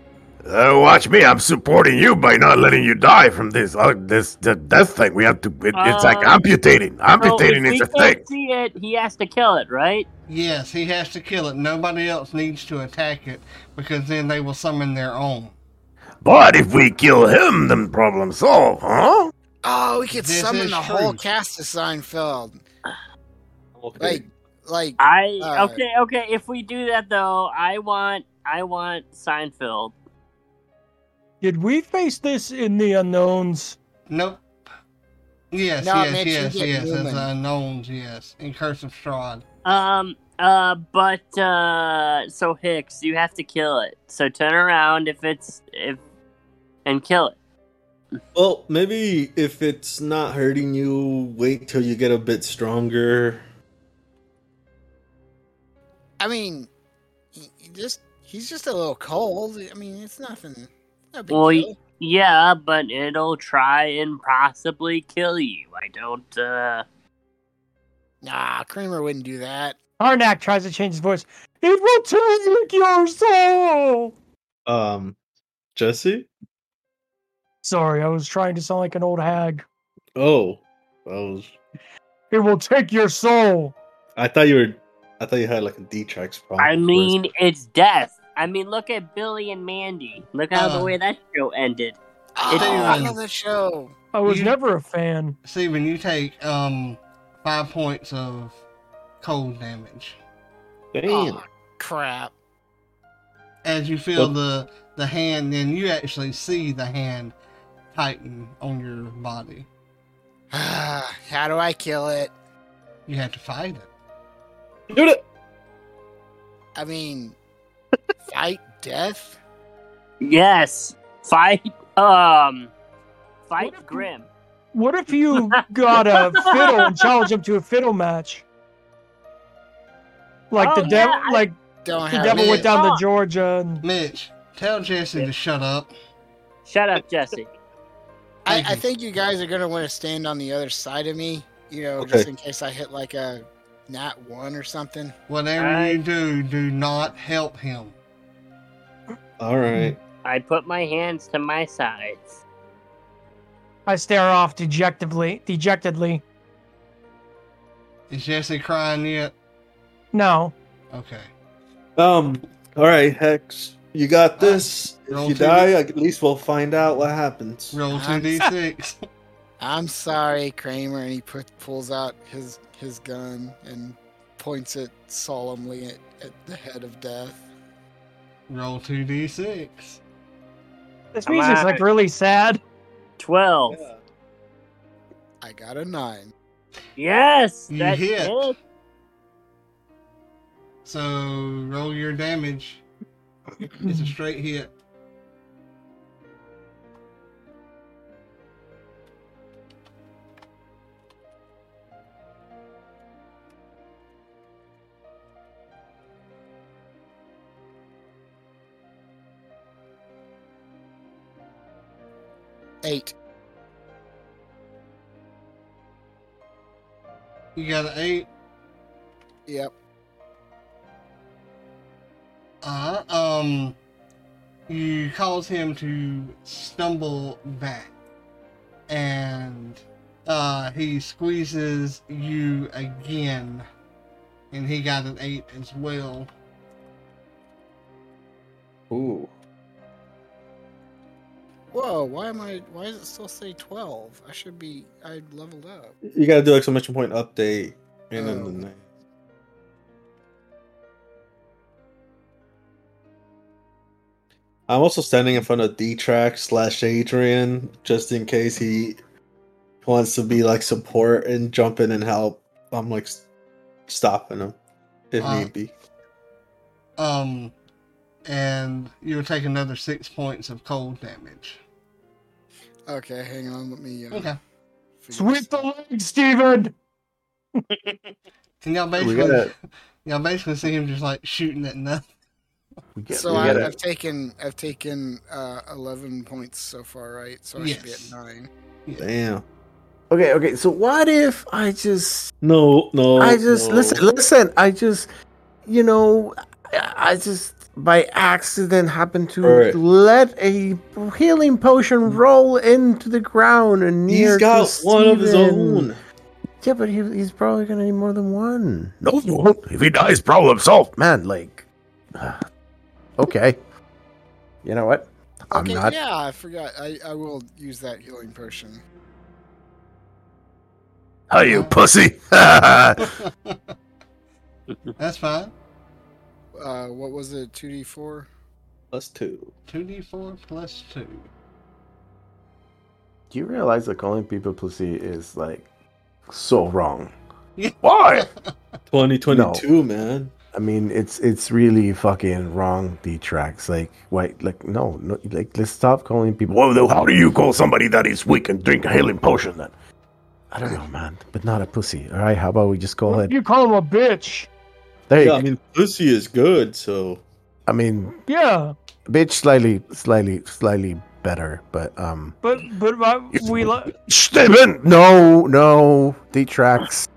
Uh, watch me! I'm supporting you by not letting you die from this uh, this the death thing. We have to. It, it's like
Uh,
amputating.
So if
Amputating
we
is a thing.
can't see it, he has to kill it, right?
Yes, he has to kill it. Nobody else needs to attack it because then they will summon their own.
But if we kill him, then problem solved, huh?
Oh, we could
This
summon
is
the whole
true.
cast of Seinfeld.
Okay.
Like, like.
I
All right.
okay, okay. If we do that though, I want I want Seinfeld.
Did we face this in the unknowns?
Nope. Yes,
No,
yes,
Mitch, you
yes,
get
yes. As
human.
unknowns, yes. In Curse of Strahd.
Um uh but uh so Hicks, you have to kill it. So turn around if it's if and kill it.
Well, maybe if it's not hurting you, wait till you get a bit stronger.
I mean, he, he just he's just a little cold. I mean, it's nothing. No big
Well,
deal.
Yeah, but it'll try and possibly kill you. I don't uh
Nah, Kramer wouldn't do that.
Harnack tries to change his voice. It will take your soul.
Um, Jesse.
Sorry, I was trying to sound like an old hag.
Oh, I was.
It will take your soul.
I thought you were. I thought you had like a D tracks problem.
I
first.
mean it's death. I mean look at Billy and Mandy. Look how the
Uh.
way that show ended.
Oh, I
Steven.
love the show.
I was
You-
never a fan.
Steven, you take um five points of cold damage.
Damn.
Oh, crap.
As you feel
Well-
the the hand, then you actually see the hand tighten on your body.
How do I kill it?
You have to fight it.
Dude,
I mean, fight death.
Yes. Fight um
What if
fight
you-
Grim.
What if you got a fiddle and challenged him to a fiddle match? Like
Oh,
the devil,
yeah, I-
like
Don't
the
have
devil
meant-
went down to
Oh.
Georgia. And...
Mitch, tell Jesse to shut up.
Shut up, Jesse.
I,
Thank
I
you.
think you guys are gonna want to stand on the other side of me. You know,
Okay.
just in case I hit like a nat one or something.
Whatever
I-
you do, do not help him.
All right.
I put my hands to my sides.
I stare off dejectively, dejectedly.
Is Jesse crying yet?
No,
Okay.
Um. All right, Hex. You got this.
roll
if you
two D-
die, at least we'll find out what happens.
Roll two d six.
I'm sorry, Kramer, and he put, pulls out his his gun and points it solemnly at, at the head of death.
Roll two d six.
this
Come
music's
on.
like really sad.
Twelve.
I got a nine.
Yes,
You
that's
hit.
it.
So roll your damage. It's a straight hit.
Eight.
You got an eight.
Yep.
Uh, um, you cause him to stumble back, and uh, he squeezes you again, and he got an eight as well.
Ooh.
Whoa, why am I why does it still say twelve? I should be I leveled up.
You gotta do exclamation point update and then
Oh.
the name. I'm also standing in front of D Track slash Adrian just in case he wants to be like support and jump in and help. I'm like s- stopping him if
Uh,
need be.
Um, and you'll take another six points of cold damage.
Okay, hang on, let me uh,
Okay.
figure
Sweep
this
the
out.
leg, Steven.
And y'all
We
basically,
gotta,
y'all basically see him just like shooting at nothing.
we get-
So
we
I,
gotta-
I've taken I've taken uh, eleven points so far, right? So I should be
Yes.
at nine.
Damn.
okay, okay. So what if I just
No, no.
I just
no.
listen, listen. I just, you know, I, I just by accident happened to
Alright.
let a healing potion roll into the ground and near.
He's
to
got one of his
Steven.
own.
Yeah, but he, he's probably gonna need more than one. No, he won't. if he dies, problem solved. Man, like, okay. You know what? I'm
Okay,
not.
yeah, I forgot. I, I will use that healing potion.
How you pussy? I
That's fine.
Uh, what was it? Two D four.
Plus two.
2d4 plus 2.
Do you realize that calling people pussy is like so wrong?
Yeah.
Why?
2022, man.
I mean, it's it's really fucking wrong. The tracks, like, why, like, no, no, like, let's stop calling people. Whoa, though, how do you call somebody that is weak and drink a healing potion? Then, I don't know, man, but not a pussy. All right, how about we just call it?
You call him a bitch.
There you
Yeah,
go.
I mean, pussy is good, so.
I mean,
Yeah,
bitch, slightly, slightly, slightly better, but um,
but but uh,
It's-
we lo-
Steven, no, no, the tracks,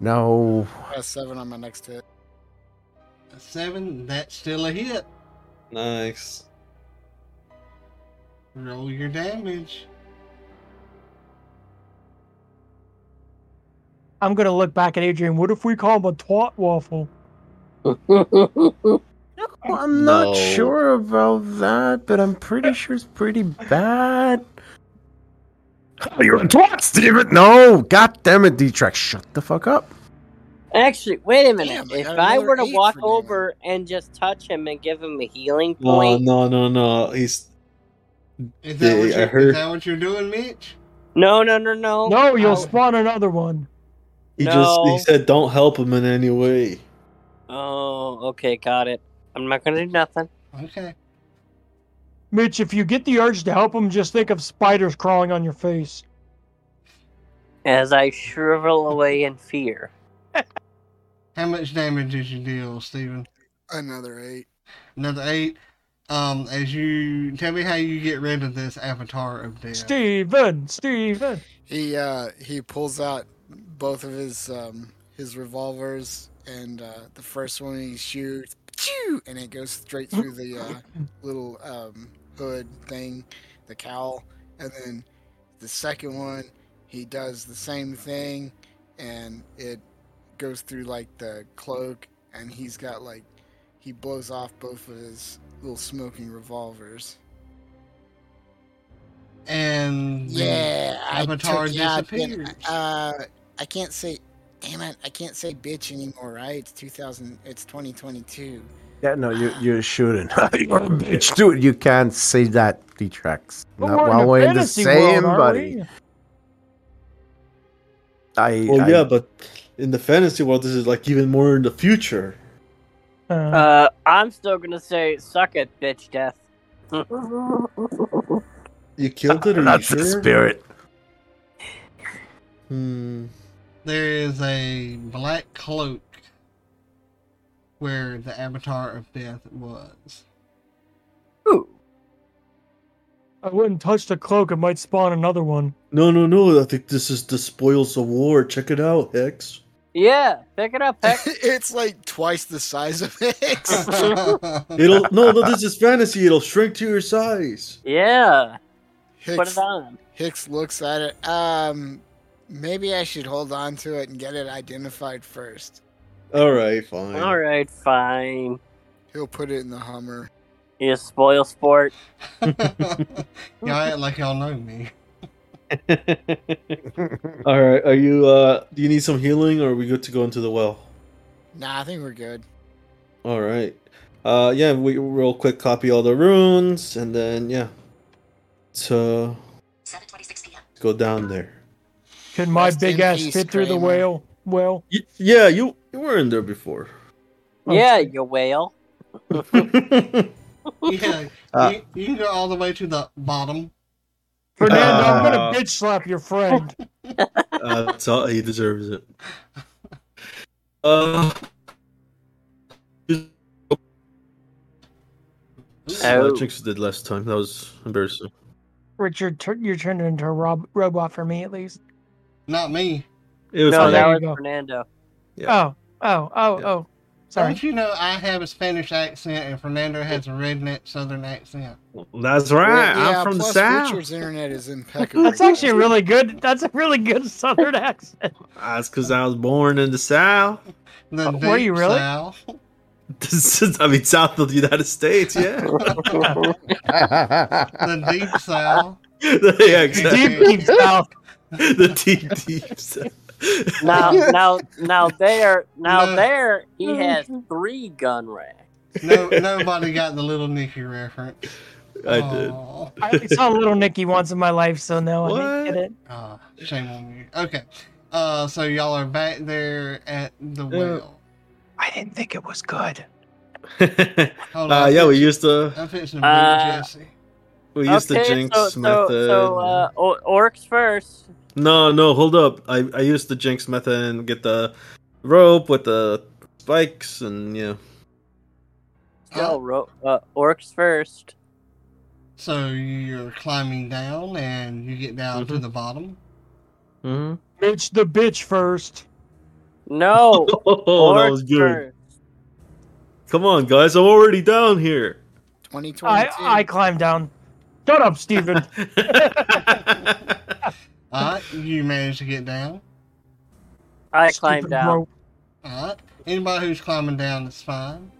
no.
That's Uh, seven on my next hit.
A 7, that's still a hit.
Nice.
Roll your damage.
I'm gonna look back at Adrian. What if we call him a twat waffle?
Well, I'm not
No.
sure about that, but I'm pretty sure it's pretty bad. Oh, You're a twat, Steven! No! God damn it, Dietrich. Shut the fuck up.
Actually, wait a minute.
Damn, I
if
got
I
another
were to
eight
walk
for doing
over and just touch him and give him a healing
No,
point,
no, no, no. He's
Is that, what
Yeah, I
you're,
heard-
is that what you're doing, Mitch?
no, no, no, no.
No, you'll
I'll-
spawn another one.
he just
No.
he said don't help him in any way.
Oh, okay, got it. I'm not gonna do nothing.
Okay.
Mitch, if you get the urge to help him, just think of spiders crawling on your face.
As I shrivel away in fear.
How much damage did you deal, Steven?
Another eight.
Another 8. Um, as you tell me how you get rid of this avatar of death.
Steven, Steven.
He uh, he pulls out both of his um, his revolvers, and uh, the first one he shoots, phew, and it goes straight through the uh, little um, hood thing, the cowl, and then the second one he does the same thing, and it goes through like the cloak, and he's got like he blows off both of his little smoking revolvers.
and the
Yeah, I
Avatar
took- yeah, I've been-
disappears.
uh, I can't say. Damn it! I can't say bitch anymore, right? It's 2000. It's 2022.
Yeah, no, you, you're shooldn't. you're a bitch. Dude, you can't say that, Dietrichs.
But
Not
we're in
while
a
we're in the
fantasy
same
world, aren't
body.
we?
I,
Well,
I-
Oh, yeah, but in the fantasy world, this is like even more in the future.
Uh,
Uh, I'm still gonna say, suck it, bitch, death.
You killed it, or
That's
you
the
sure?
spirit.
Hmm.
There is a black cloak where the avatar of death was.
I wouldn't touch the cloak; it might spawn another one.
No, no, no. I think this is the spoils of war. Check it out, Hex.
yeah, pick it up, Hex.
it's like twice the size of Hicks.
It'll no, no. This is fantasy. It'll shrink to your size.
yeah, put
Hicks,
it on.
Hicks looks at it. Um, maybe I should hold on to it and get it identified first.
All right, fine.
All right, fine.
He'll put it in the Hummer.
You spoil sport.
y'all act like y'all know me.
All right. Are you? uh Do you need some healing, or are we good to go into the well?
Nah, I think we're good.
All right. Uh, yeah. We real quick copy all the runes, and then yeah. So
7:26 p.m.
go down there.
Could my
Rest in
big ass
peace,
fit through the
Kramer.
whale? Well,
Y- yeah, you you were in there before. Oh,
Yeah, you whale.
Yeah,
Uh.
you, you can go all the way to the bottom.
Fernando, I'm
Uh,
gonna bitch slap your friend.
Uh, that's all, he deserves it. Uh,
Oh.
Chicks did last time. That was embarrassing.
Richard, tur- you're turning into a rob- robot for me, at least.
Not me.
It was
No,
fine.
that
there you
was
go.
Fernando.
Yeah.
Oh, oh, oh,
Yeah.
oh. Sorry.
Don't you know I have a Spanish accent and Fernando has a redneck southern accent?
That's right.
Well,
I'm from the
plus
south.
Richard's internet is impeccable.
That's actually a really good. That's a really good Southern accent.
That's because I was born in the south.
The
Uh, were you
deep
really?
South.
This is- I mean, south of the United States. Yeah.
The deep south.
yeah, exactly.
Deep, deep South.
the deep, deep south.
Now, now, now there, now
No.
there, he has three gun racks.
No, nobody got the little Nicky reference.
I did.
Aw.
I only saw Little Nicky once in my life, so no, I
What?
didn't get it.
Ah, shame on you. Okay. Uh, so y'all are back there at the well.
I didn't think it was good.
Hold
uh,
I'm
yeah, we
fixing-
used to
I'm fixing to
Uh,
boot Jesse.
we used the jinx
so, so,
method.
so uh, or- orcs first.
No, no, hold up. I, I used the jinx method and get the rope with the spikes and yeah.
Still, ro- uh, orcs first.
So you're climbing down and you get down to the bottom.
Mm-hmm.
Bitch the bitch first.
No,
Oh,
orcs
that was good.
first.
Come on, guys, I'm already down here.
2022.
I I climbed down. Shut up, Steven.
All right, you managed to get down.
I
Stupid
climbed down.
rope.
All right. Anybody who's climbing down is fine.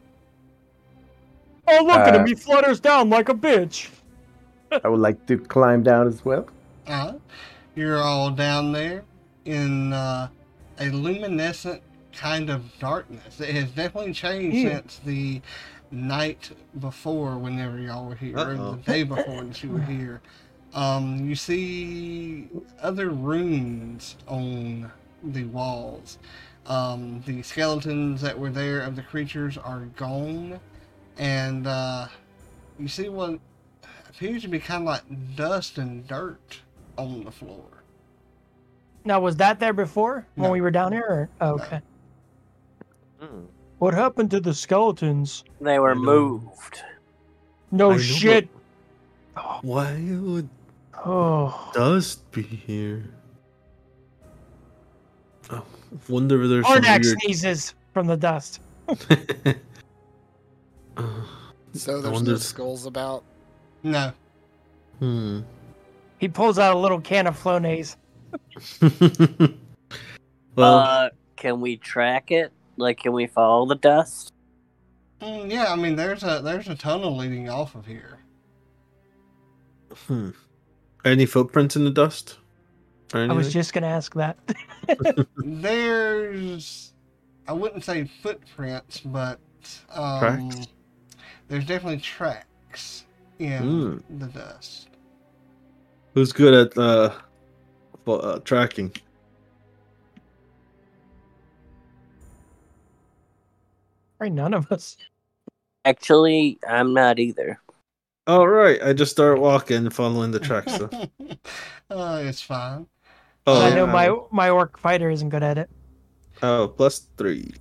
Oh look at
Uh,
him! He flutters down like a bitch.
I would like to climb down as well.
All right. You're all down there in uh, a luminescent kind of darkness. It has definitely changed
Yeah.
since the night before, whenever y'all were here, or
Uh-oh.
the day before that you were here. Um, you see other runes on the walls. Um, the skeletons that were there of the creatures are gone, and uh, you see what appears to be kind of like dust and dirt on the floor.
Now was that there before when
No.
we were down here? Or? Oh,
No.
okay.
Hmm.
What happened to the skeletons?
They were
I know.
moved.
I
No
know.
shit.
Why would
Oh.
dust be here? I wonder if there's some
Arnak
weird.
sneezes from the dust.
Uh,
so
I
there's
wonder
no
if-
skulls about.
No,
hmm.
He pulls out a little can of Flonase.
well,
uh, can we track it? Like, can we follow the dust?
Mm, yeah, I mean there's a there's a tunnel leading off of here.
hmm. any footprints in the dust? Or
I was
anything?
just gonna ask that.
there's I wouldn't say footprints, but um,
Tracks?
There's definitely tracks in
Hmm.
the dust.
Who's good at uh, fo- uh tracking?
Probably none of us.
Actually, I'm not either.
All right, I just start walking, following the tracks. so-
uh, it's fine. Uh,
Oh,
I know
yeah.
my my orc fighter isn't good at it.
Oh, plus three.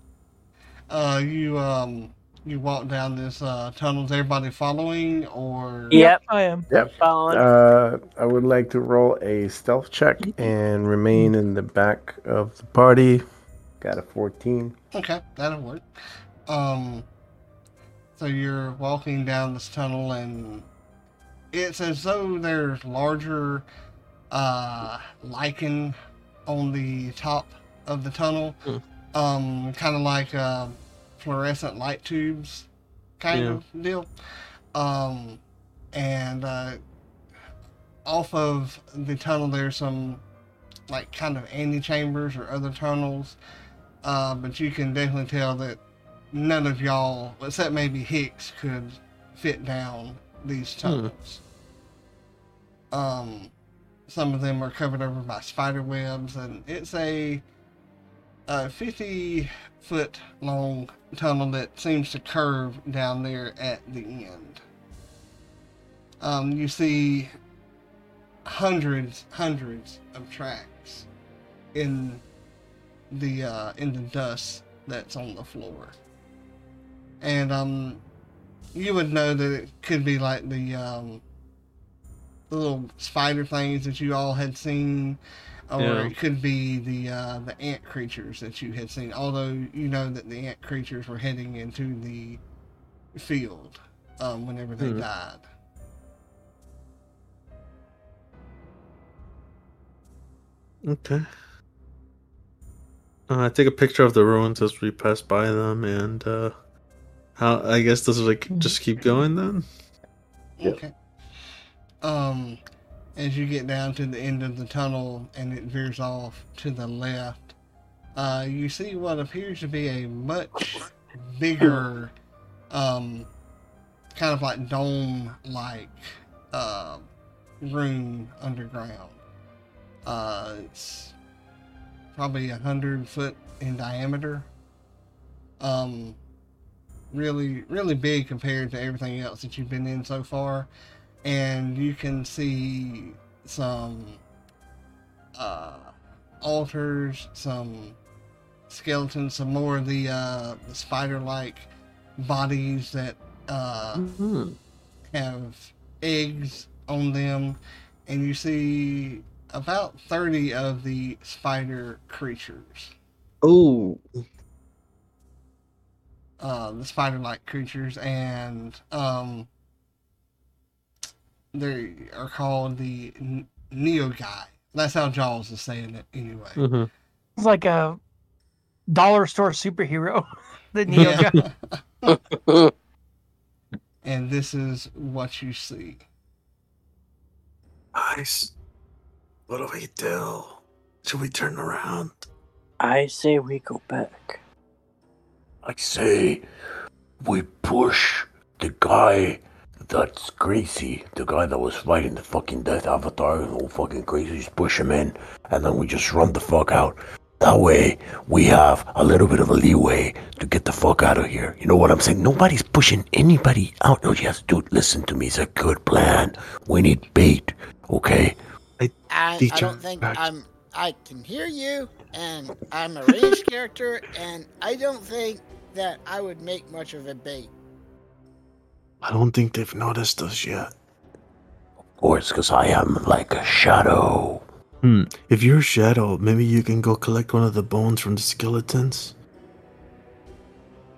Uh, you um, you walk down this uh, tunnel. Is everybody following or?
Yeah. Yep.
I am.
Colin,
Uh, I would like to roll a stealth check and remain in the back of the party. Got a 14.
Okay, that'll work. Um, so you're walking down this tunnel, and it's as though there's larger uh, lichen on the top of the tunnel,
Hmm.
um, kind of like uh, fluorescent light tubes, kind
Yeah.
of deal. Um, and uh, off of the tunnel, there's some like kind of antechambers or other tunnels uh, but you can definitely tell that none of y'all, except maybe Hicks, could fit down
Hmm.
these tunnels. Um, some of them are covered over by spider webs, and it's a, a 50 foot long tunnel that seems to curve down there at the end. Um, you see hundreds, hundreds of tracks in the uh, in the dust that's on the floor. And um, you would know that it could be like the um, the little spider things that you all had seen, or
Yeah.
it could be the uh, the ant creatures that you had seen. Although you know that the ant creatures were heading into the field um, whenever they
Hmm.
died.
Okay. Uh, I take a picture of the ruins as we pass by them, and uh, how I guess this is like just keep going then.
Yep.
Okay. Um, as you get down to the end of the tunnel and it veers off to the left, uh, you see what appears to be a much bigger, um, kind of like dome-like uh, room underground. Uh, it's probably a hundred foot in diameter. Um, really, really big compared to everything else that you've been in so far. And you can see some uh, altars, some skeletons, some more of the, uh, the spider like bodies that uh, have eggs on them. And you see about 30 of the spider creatures.
Oh,
uh, the spider-like creatures, and um, they are called the N- Neogai. That's how Jaws is saying it, anyway.
It's like a dollar store superhero. the Neo
Yeah.
Geo-
and this is what you see.
guys, what do we do? Should we turn around?
I say we go back.
I say we push the guy that's crazy, the guy that was fighting the fucking Death Avatar and all fucking crazy, just push him in, and then we just run the fuck out. That way, we have a little bit of a leeway to get the fuck out of here. You know what I'm saying? Nobody's pushing anybody out. No, yes, dude, listen to me. It's a good plan. We need bait, okay?
I, I
Teacher.
don't think I'm. I can hear you, and I'm a ranged character, and I don't think that I would make much of a bait.
I don't think they've noticed us yet.
Of course, because I am like a shadow.
If you're Shadow, maybe you can go collect one of the bones from the skeletons.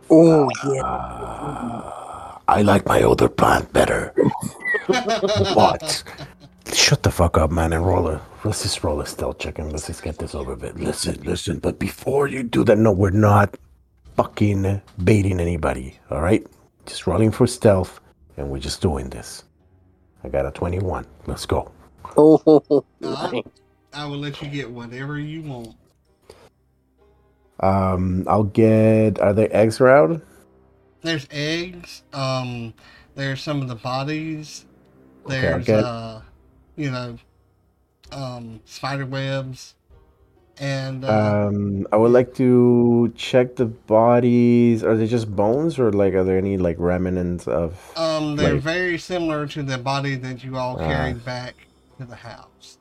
Oh yeah.
Uh, I like my other plan better. What? Shut the fuck up, man, and roll a. Let's just roll a stealth check and let's just get this over with. Listen, listen, but before you do that, no, we're not fucking baiting anybody, all right? Just rolling for stealth, and we're just doing this. I got a 21. Let's go.
Oh,
Uh, I will let you get whatever you want.
Um, I'll get. Are there eggs around?
There's eggs. Um, there's some of the bodies.
Okay,
There's
okay.
uh, you know, um, spider webs. and uh,
Um, I would like to check the bodies. Are they just bones, or like are there any like remnants of?
um, they're
like-
very similar to the body that you all
Ah.
carried back to the house.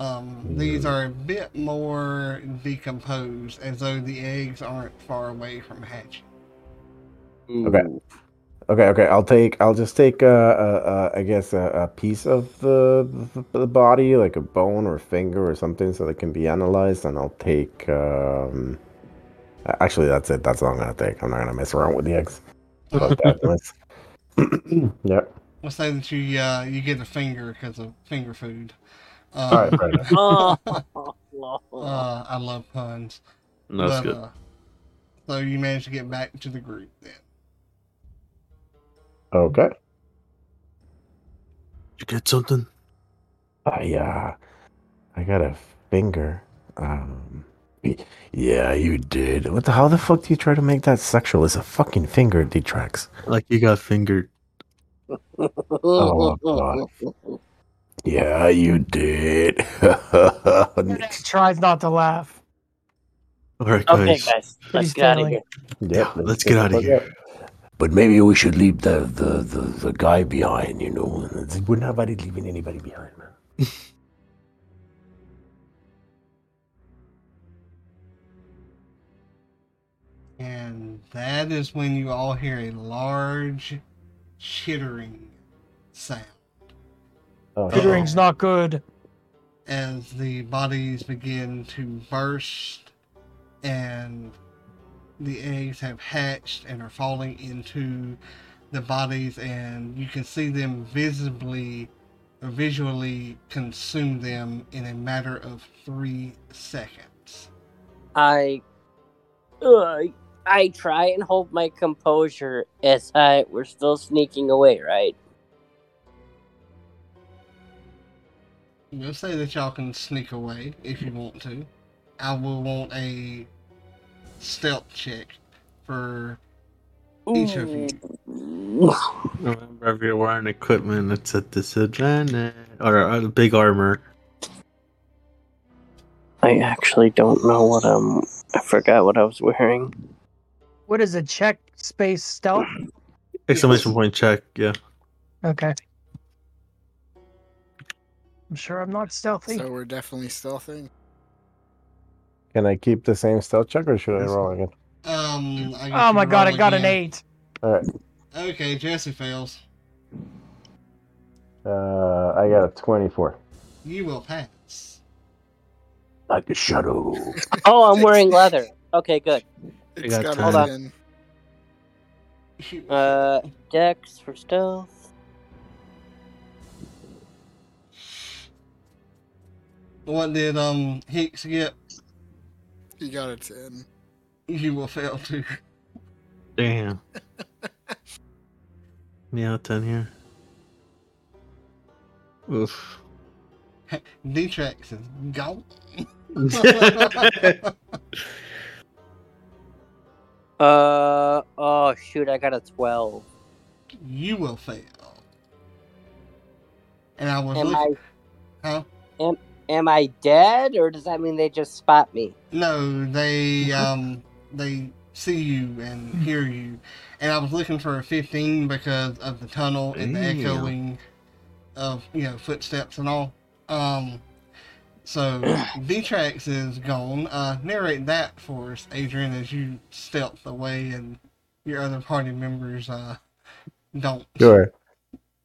Um, these
Hmm.
are a bit more decomposed, as though the eggs aren't far away from hatching.
Okay. Okay, okay. I'll take. I'll just take. Uh, uh, uh I guess a, a piece of the, the body, like a bone or finger or something, so that can be analyzed. And I'll take. Um, a- actually, that's it. That's all I'm gonna take. I'm not gonna mess around with the eggs. Fuck that mess. yeah.
Let's say that you uh, you get a finger because of finger food. Um,
All right. Fair enough.
Oh,
Uh, I love puns.
No, that's
But,
good.
uh, so you managed to get back to the group then.
Okay.
You get something?
I uh, I got a finger. Um,
Yeah, you did.
what the? How the fuck do you try to make that sexual? It's a fucking finger, Detrax.
Like you got fingered.
Oh, God.
Yeah, you did.
Turnak tries not to laugh.
All right,
okay,
guys.
guys, let's
He's
get out of
feeling
here.
Yep.
Let's get out of here.
But maybe we should leave the, the, the, the guy behind, you know. We're not about leaving anybody behind, man.
And that is when you all hear a large chittering sound
Oh,
Tutoring's not good.
as the bodies begin to burst and the eggs have hatched and are falling into the bodies and you can see them visibly or visually consume them in a matter of three seconds.
I, Ugh, I try and hold my composure as I we're still sneaking away, right?
We'll say that y'all can sneak away if you want to. I will want a stealth check for Each of you.
Ooh.
Remember, if you're wearing equipment, it's a disadvantage. Or uh, big armor.
I actually don't know what um I forgot what I was wearing.
What is a check space stealth?
Exclamation point check. Yeah.
Okay. I'm sure I'm not stealthy.
So we're definitely stealthing.
Can I keep the same stealth check, or should I roll again?
um I guess
oh my
you
god, I
roll
got an
again.
eight.
All right.
Okay, Jesse fails.
Uh, I got a twenty-four.
You will pass.
Like a shadow.
Oh, I'm wearing leather. Okay, good.
It's
got
got
ten.
hold in.
Uh, Dex for stealth.
what did um Hicks get?
You got a ten.
You will fail too.
Damn. yeah, 10 here. Oof.
Detrax is gone.
Uh, oh shoot, I got a twelve.
you will fail. And I was
Am
looking
I
Uh-huh. huh?
am I dead, or does that mean they just spot me?
No, they um they see you and hear you. And I was looking for a fifteen because of the tunnel and the
Damn.
echoing of, you know, footsteps and all. Um so Detrax is gone. Uh narrate that for us, Adrian, as you stealth away and your other party members uh don't
Sure.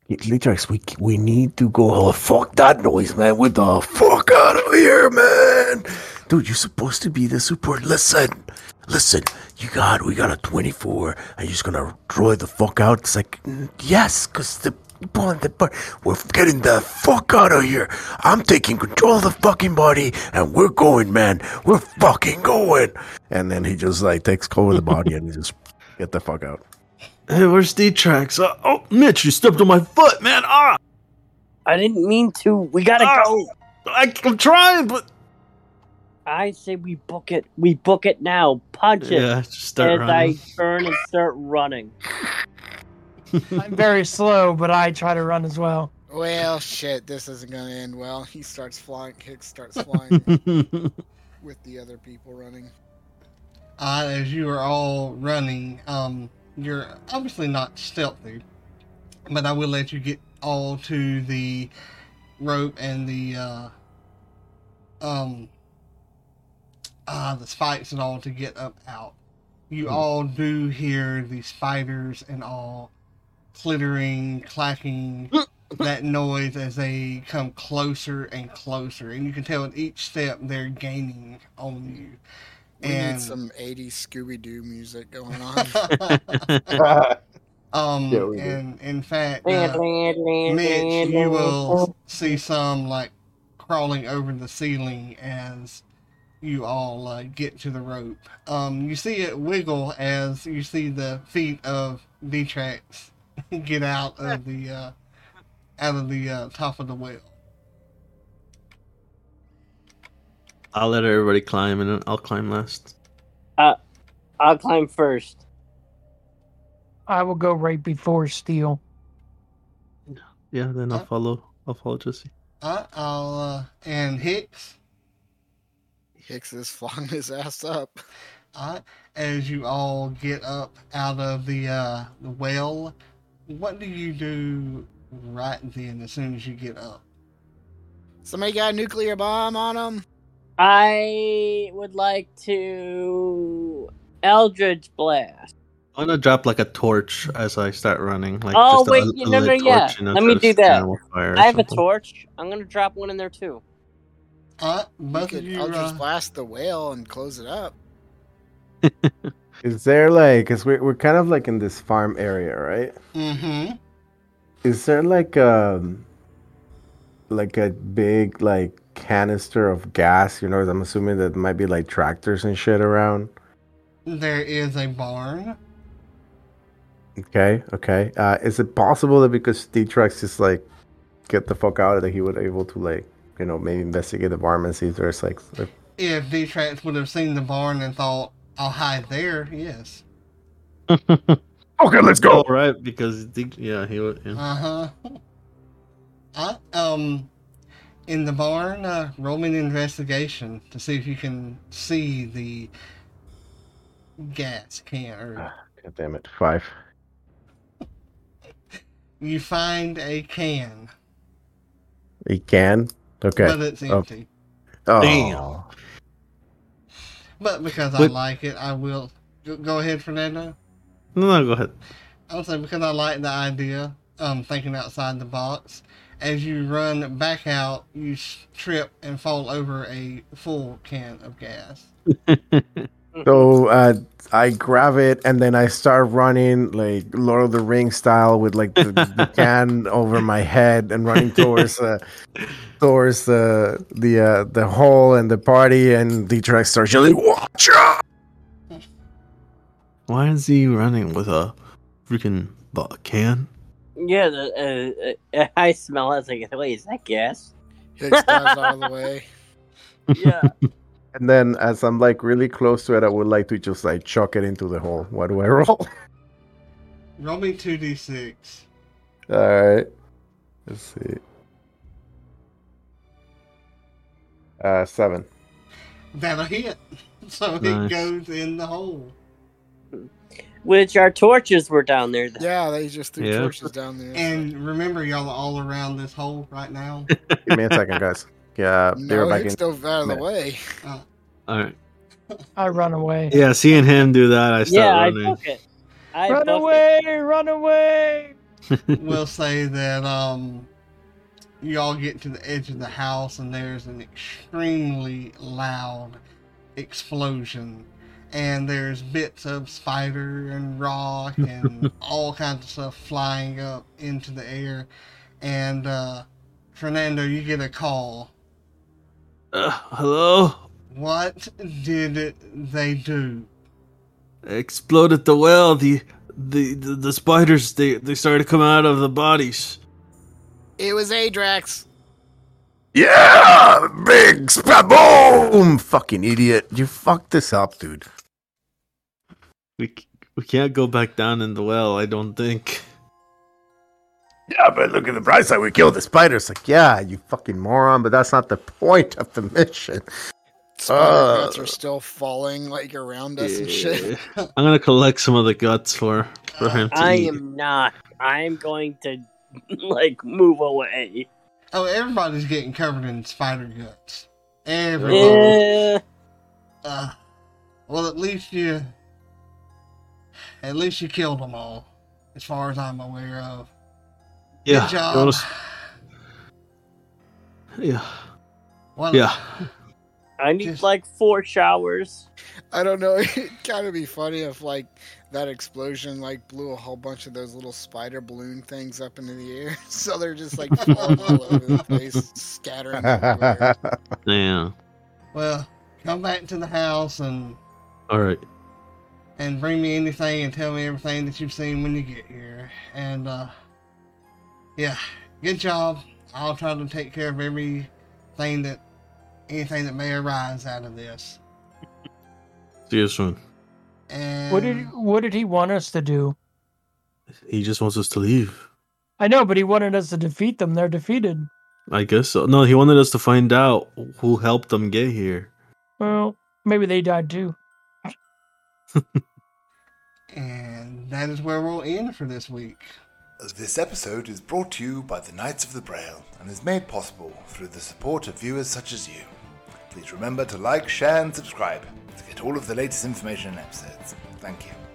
Litrax, we we need to go. Oh, fuck that noise, man. With the fuck out of here, man. Dude, you're supposed to be the support. Listen, listen. You got we got a 24. I'm just gonna draw the fuck out. It's like mm, yes, cause the upon the but we're getting the fuck out of here. I'm taking control of the fucking body, and we're going, man. We're fucking going.
And then he just like takes over the body and he just get the fuck out.
hey, where's D tracks? Uh, oh, Mitch, you stepped on my foot, man. Ah,
I didn't mean to. We gotta
Ah!
go.
I, I'm trying, but.
I say we book it. We book it now. Punch it.
Yeah, just
As
start
I
running.
turn and start running.
I'm very slow, but I try to run as well.
Well, shit, this isn't gonna end well. He starts flying. Hicks starts flying. with the other people running.
uh, as you are all running, um, you're obviously not stealthy, but I will let you get all to the rope and the uh, um, uh, the spikes and all to get up out. You all do hear the spiders and all clittering, clacking that noise as they come closer and closer, and you can tell at each step they're gaining on you.
We
and
need some 80s Scooby Doo music going on.
um,
Yeah, we do.
and in fact, uh, Mitch, you will see some like crawling over the ceiling as you all uh, get to the rope. Um, you see it wiggle as you see the feet of D-Trax get out of the uh, out of the uh, top of the well.
I'll let everybody climb, and then I'll climb last.
I'll climb first.
I will go right before Steel.
Yeah, then I'll follow. I'll follow Jesse.
Uh, I'll uh, and Hicks.
Hicks is flying his ass up.
All right. As you all get up out of the uh, the well, what do you do right then? As soon as you get up,
Somebody got a nuclear bomb on him.
I would like to Eldridge Blast.
I'm gonna drop like a torch as I start running. Like
Oh,
just a-
wait,
a,
you never-
lit
yeah,
torch, you know,
let me
just
do that.
animal fire or
I have a
something.
torch. I'm gonna drop one in there too.
all right,
You
both of
could
you.
Eldritch
Uh,
blast the whale and close it up.
Is there like, cause we're we're kind of like in this farm area, right?
mm-hmm.
Is there like um like a big like canister of gas? You know, I'm assuming that might be like tractors and shit around.
There is a barn.
Okay, okay. Uh, is it possible that because D-Trax just like get the fuck out of there, he would able to like you know maybe investigate the barn and see if there's like a-
If D-Trax would have seen the barn and thought, "I'll hide there," yes.
okay, let's
All Oh, right, because the, yeah, he would. Yeah.
Uh huh. I um, in the barn, uh, roll an investigation to see if you can see the gas can or
God damn it, five.
You find a can,
He can.
but
Okay.
it's
Oh.
empty.
Oh,
Damn.
But because I
But-
like it, I will go- go ahead, Fernando.
No, no, go ahead.
I would say because I like the idea, um, thinking outside the box. As you run back out, you s- trip and fall over a full can of gas.
So uh, I grab it and then I start running like Lord of the Ring style with like the, the can over my head and running towards uh, towards uh, the uh, the hole and the party and D-Trax starts yelling, "Watch out!"
Why is he running with a freaking bo- can?
Yeah, the, uh, uh, I smell it. I was like, wait, is that gas?
Hicks dives out of the way.
Yeah.
And then, as I'm like really close to it, I would like to just like chuck it into the hole. What do I roll?
Roll me two d six.
All right, let's see. Uh, seven.
That'll hit. So it
Nice.
goes in the hole.
Which our torches were down there. Though.
Yeah, they just threw
Yeah.
torches down there.
And remember, y'all are all around this hole right now.
Give me a second, guys. Yeah, they're
no,
Uh, back
Hicks
in.
dove out of the
Man.
way.
All right.
I run away.
Yeah, seeing him do that, I start
Yeah, I
running.
took it. I
run
booked it.
away! Run away!
we'll say that um you all get to the edge of the house and there's an extremely loud explosion and there's bits of spider and rock and all kinds of stuff flying up into the air and uh fernando you get a call
Uh, hello?
what did they do
Exploded the well. The, the the the spiders they they started coming out of the bodies.
It was Adrax.
Yeah, big spat boom! Fucking idiot! You fucked this up, dude.
We c- we can't go back down in the well. I don't think.
Yeah, but look at the bright side. We killed the spiders. Like, yeah, you fucking moron. But that's not the point of the mission.
Spider
Uh.
guts are still falling like around us and shit.
I'm gonna collect some of the guts for for him. To
I
eat.
am not. I'm going to like move away.
Oh, everybody's getting covered in spider guts. Everybody.
Eh,
Uh, well, at least you, at least you killed them all, as far as I'm aware of.
Yeah.
Good
you
job.
wanna s- yeah.
What-
Yeah.
I need
Just-
like four showers.
I don't know. It'd kind of be funny if like that explosion like blew a whole bunch of those little spider balloon things up into the air, so they're just like falling all over the place, scattering. everywhere.
Yeah.
Well, come back to the house and
All right.
and bring me anything and tell me everything that you've seen when you get here. And uh, yeah, good job. I'll try to take care of everything that anything that may arise out of this.
See you soon.
And
What did what did he want us to do?
He just wants us to leave.
I know, but he wanted us to defeat them. They're defeated.
I guess so. No, he wanted us to find out who helped them get here.
Well, maybe they died too.
and that is where we'll end for this week.
This episode is brought to you by the Knights of the Braille and is made possible through the support of viewers such as you. Please remember to like, share, and subscribe to get all of the latest information and episodes. Thank you.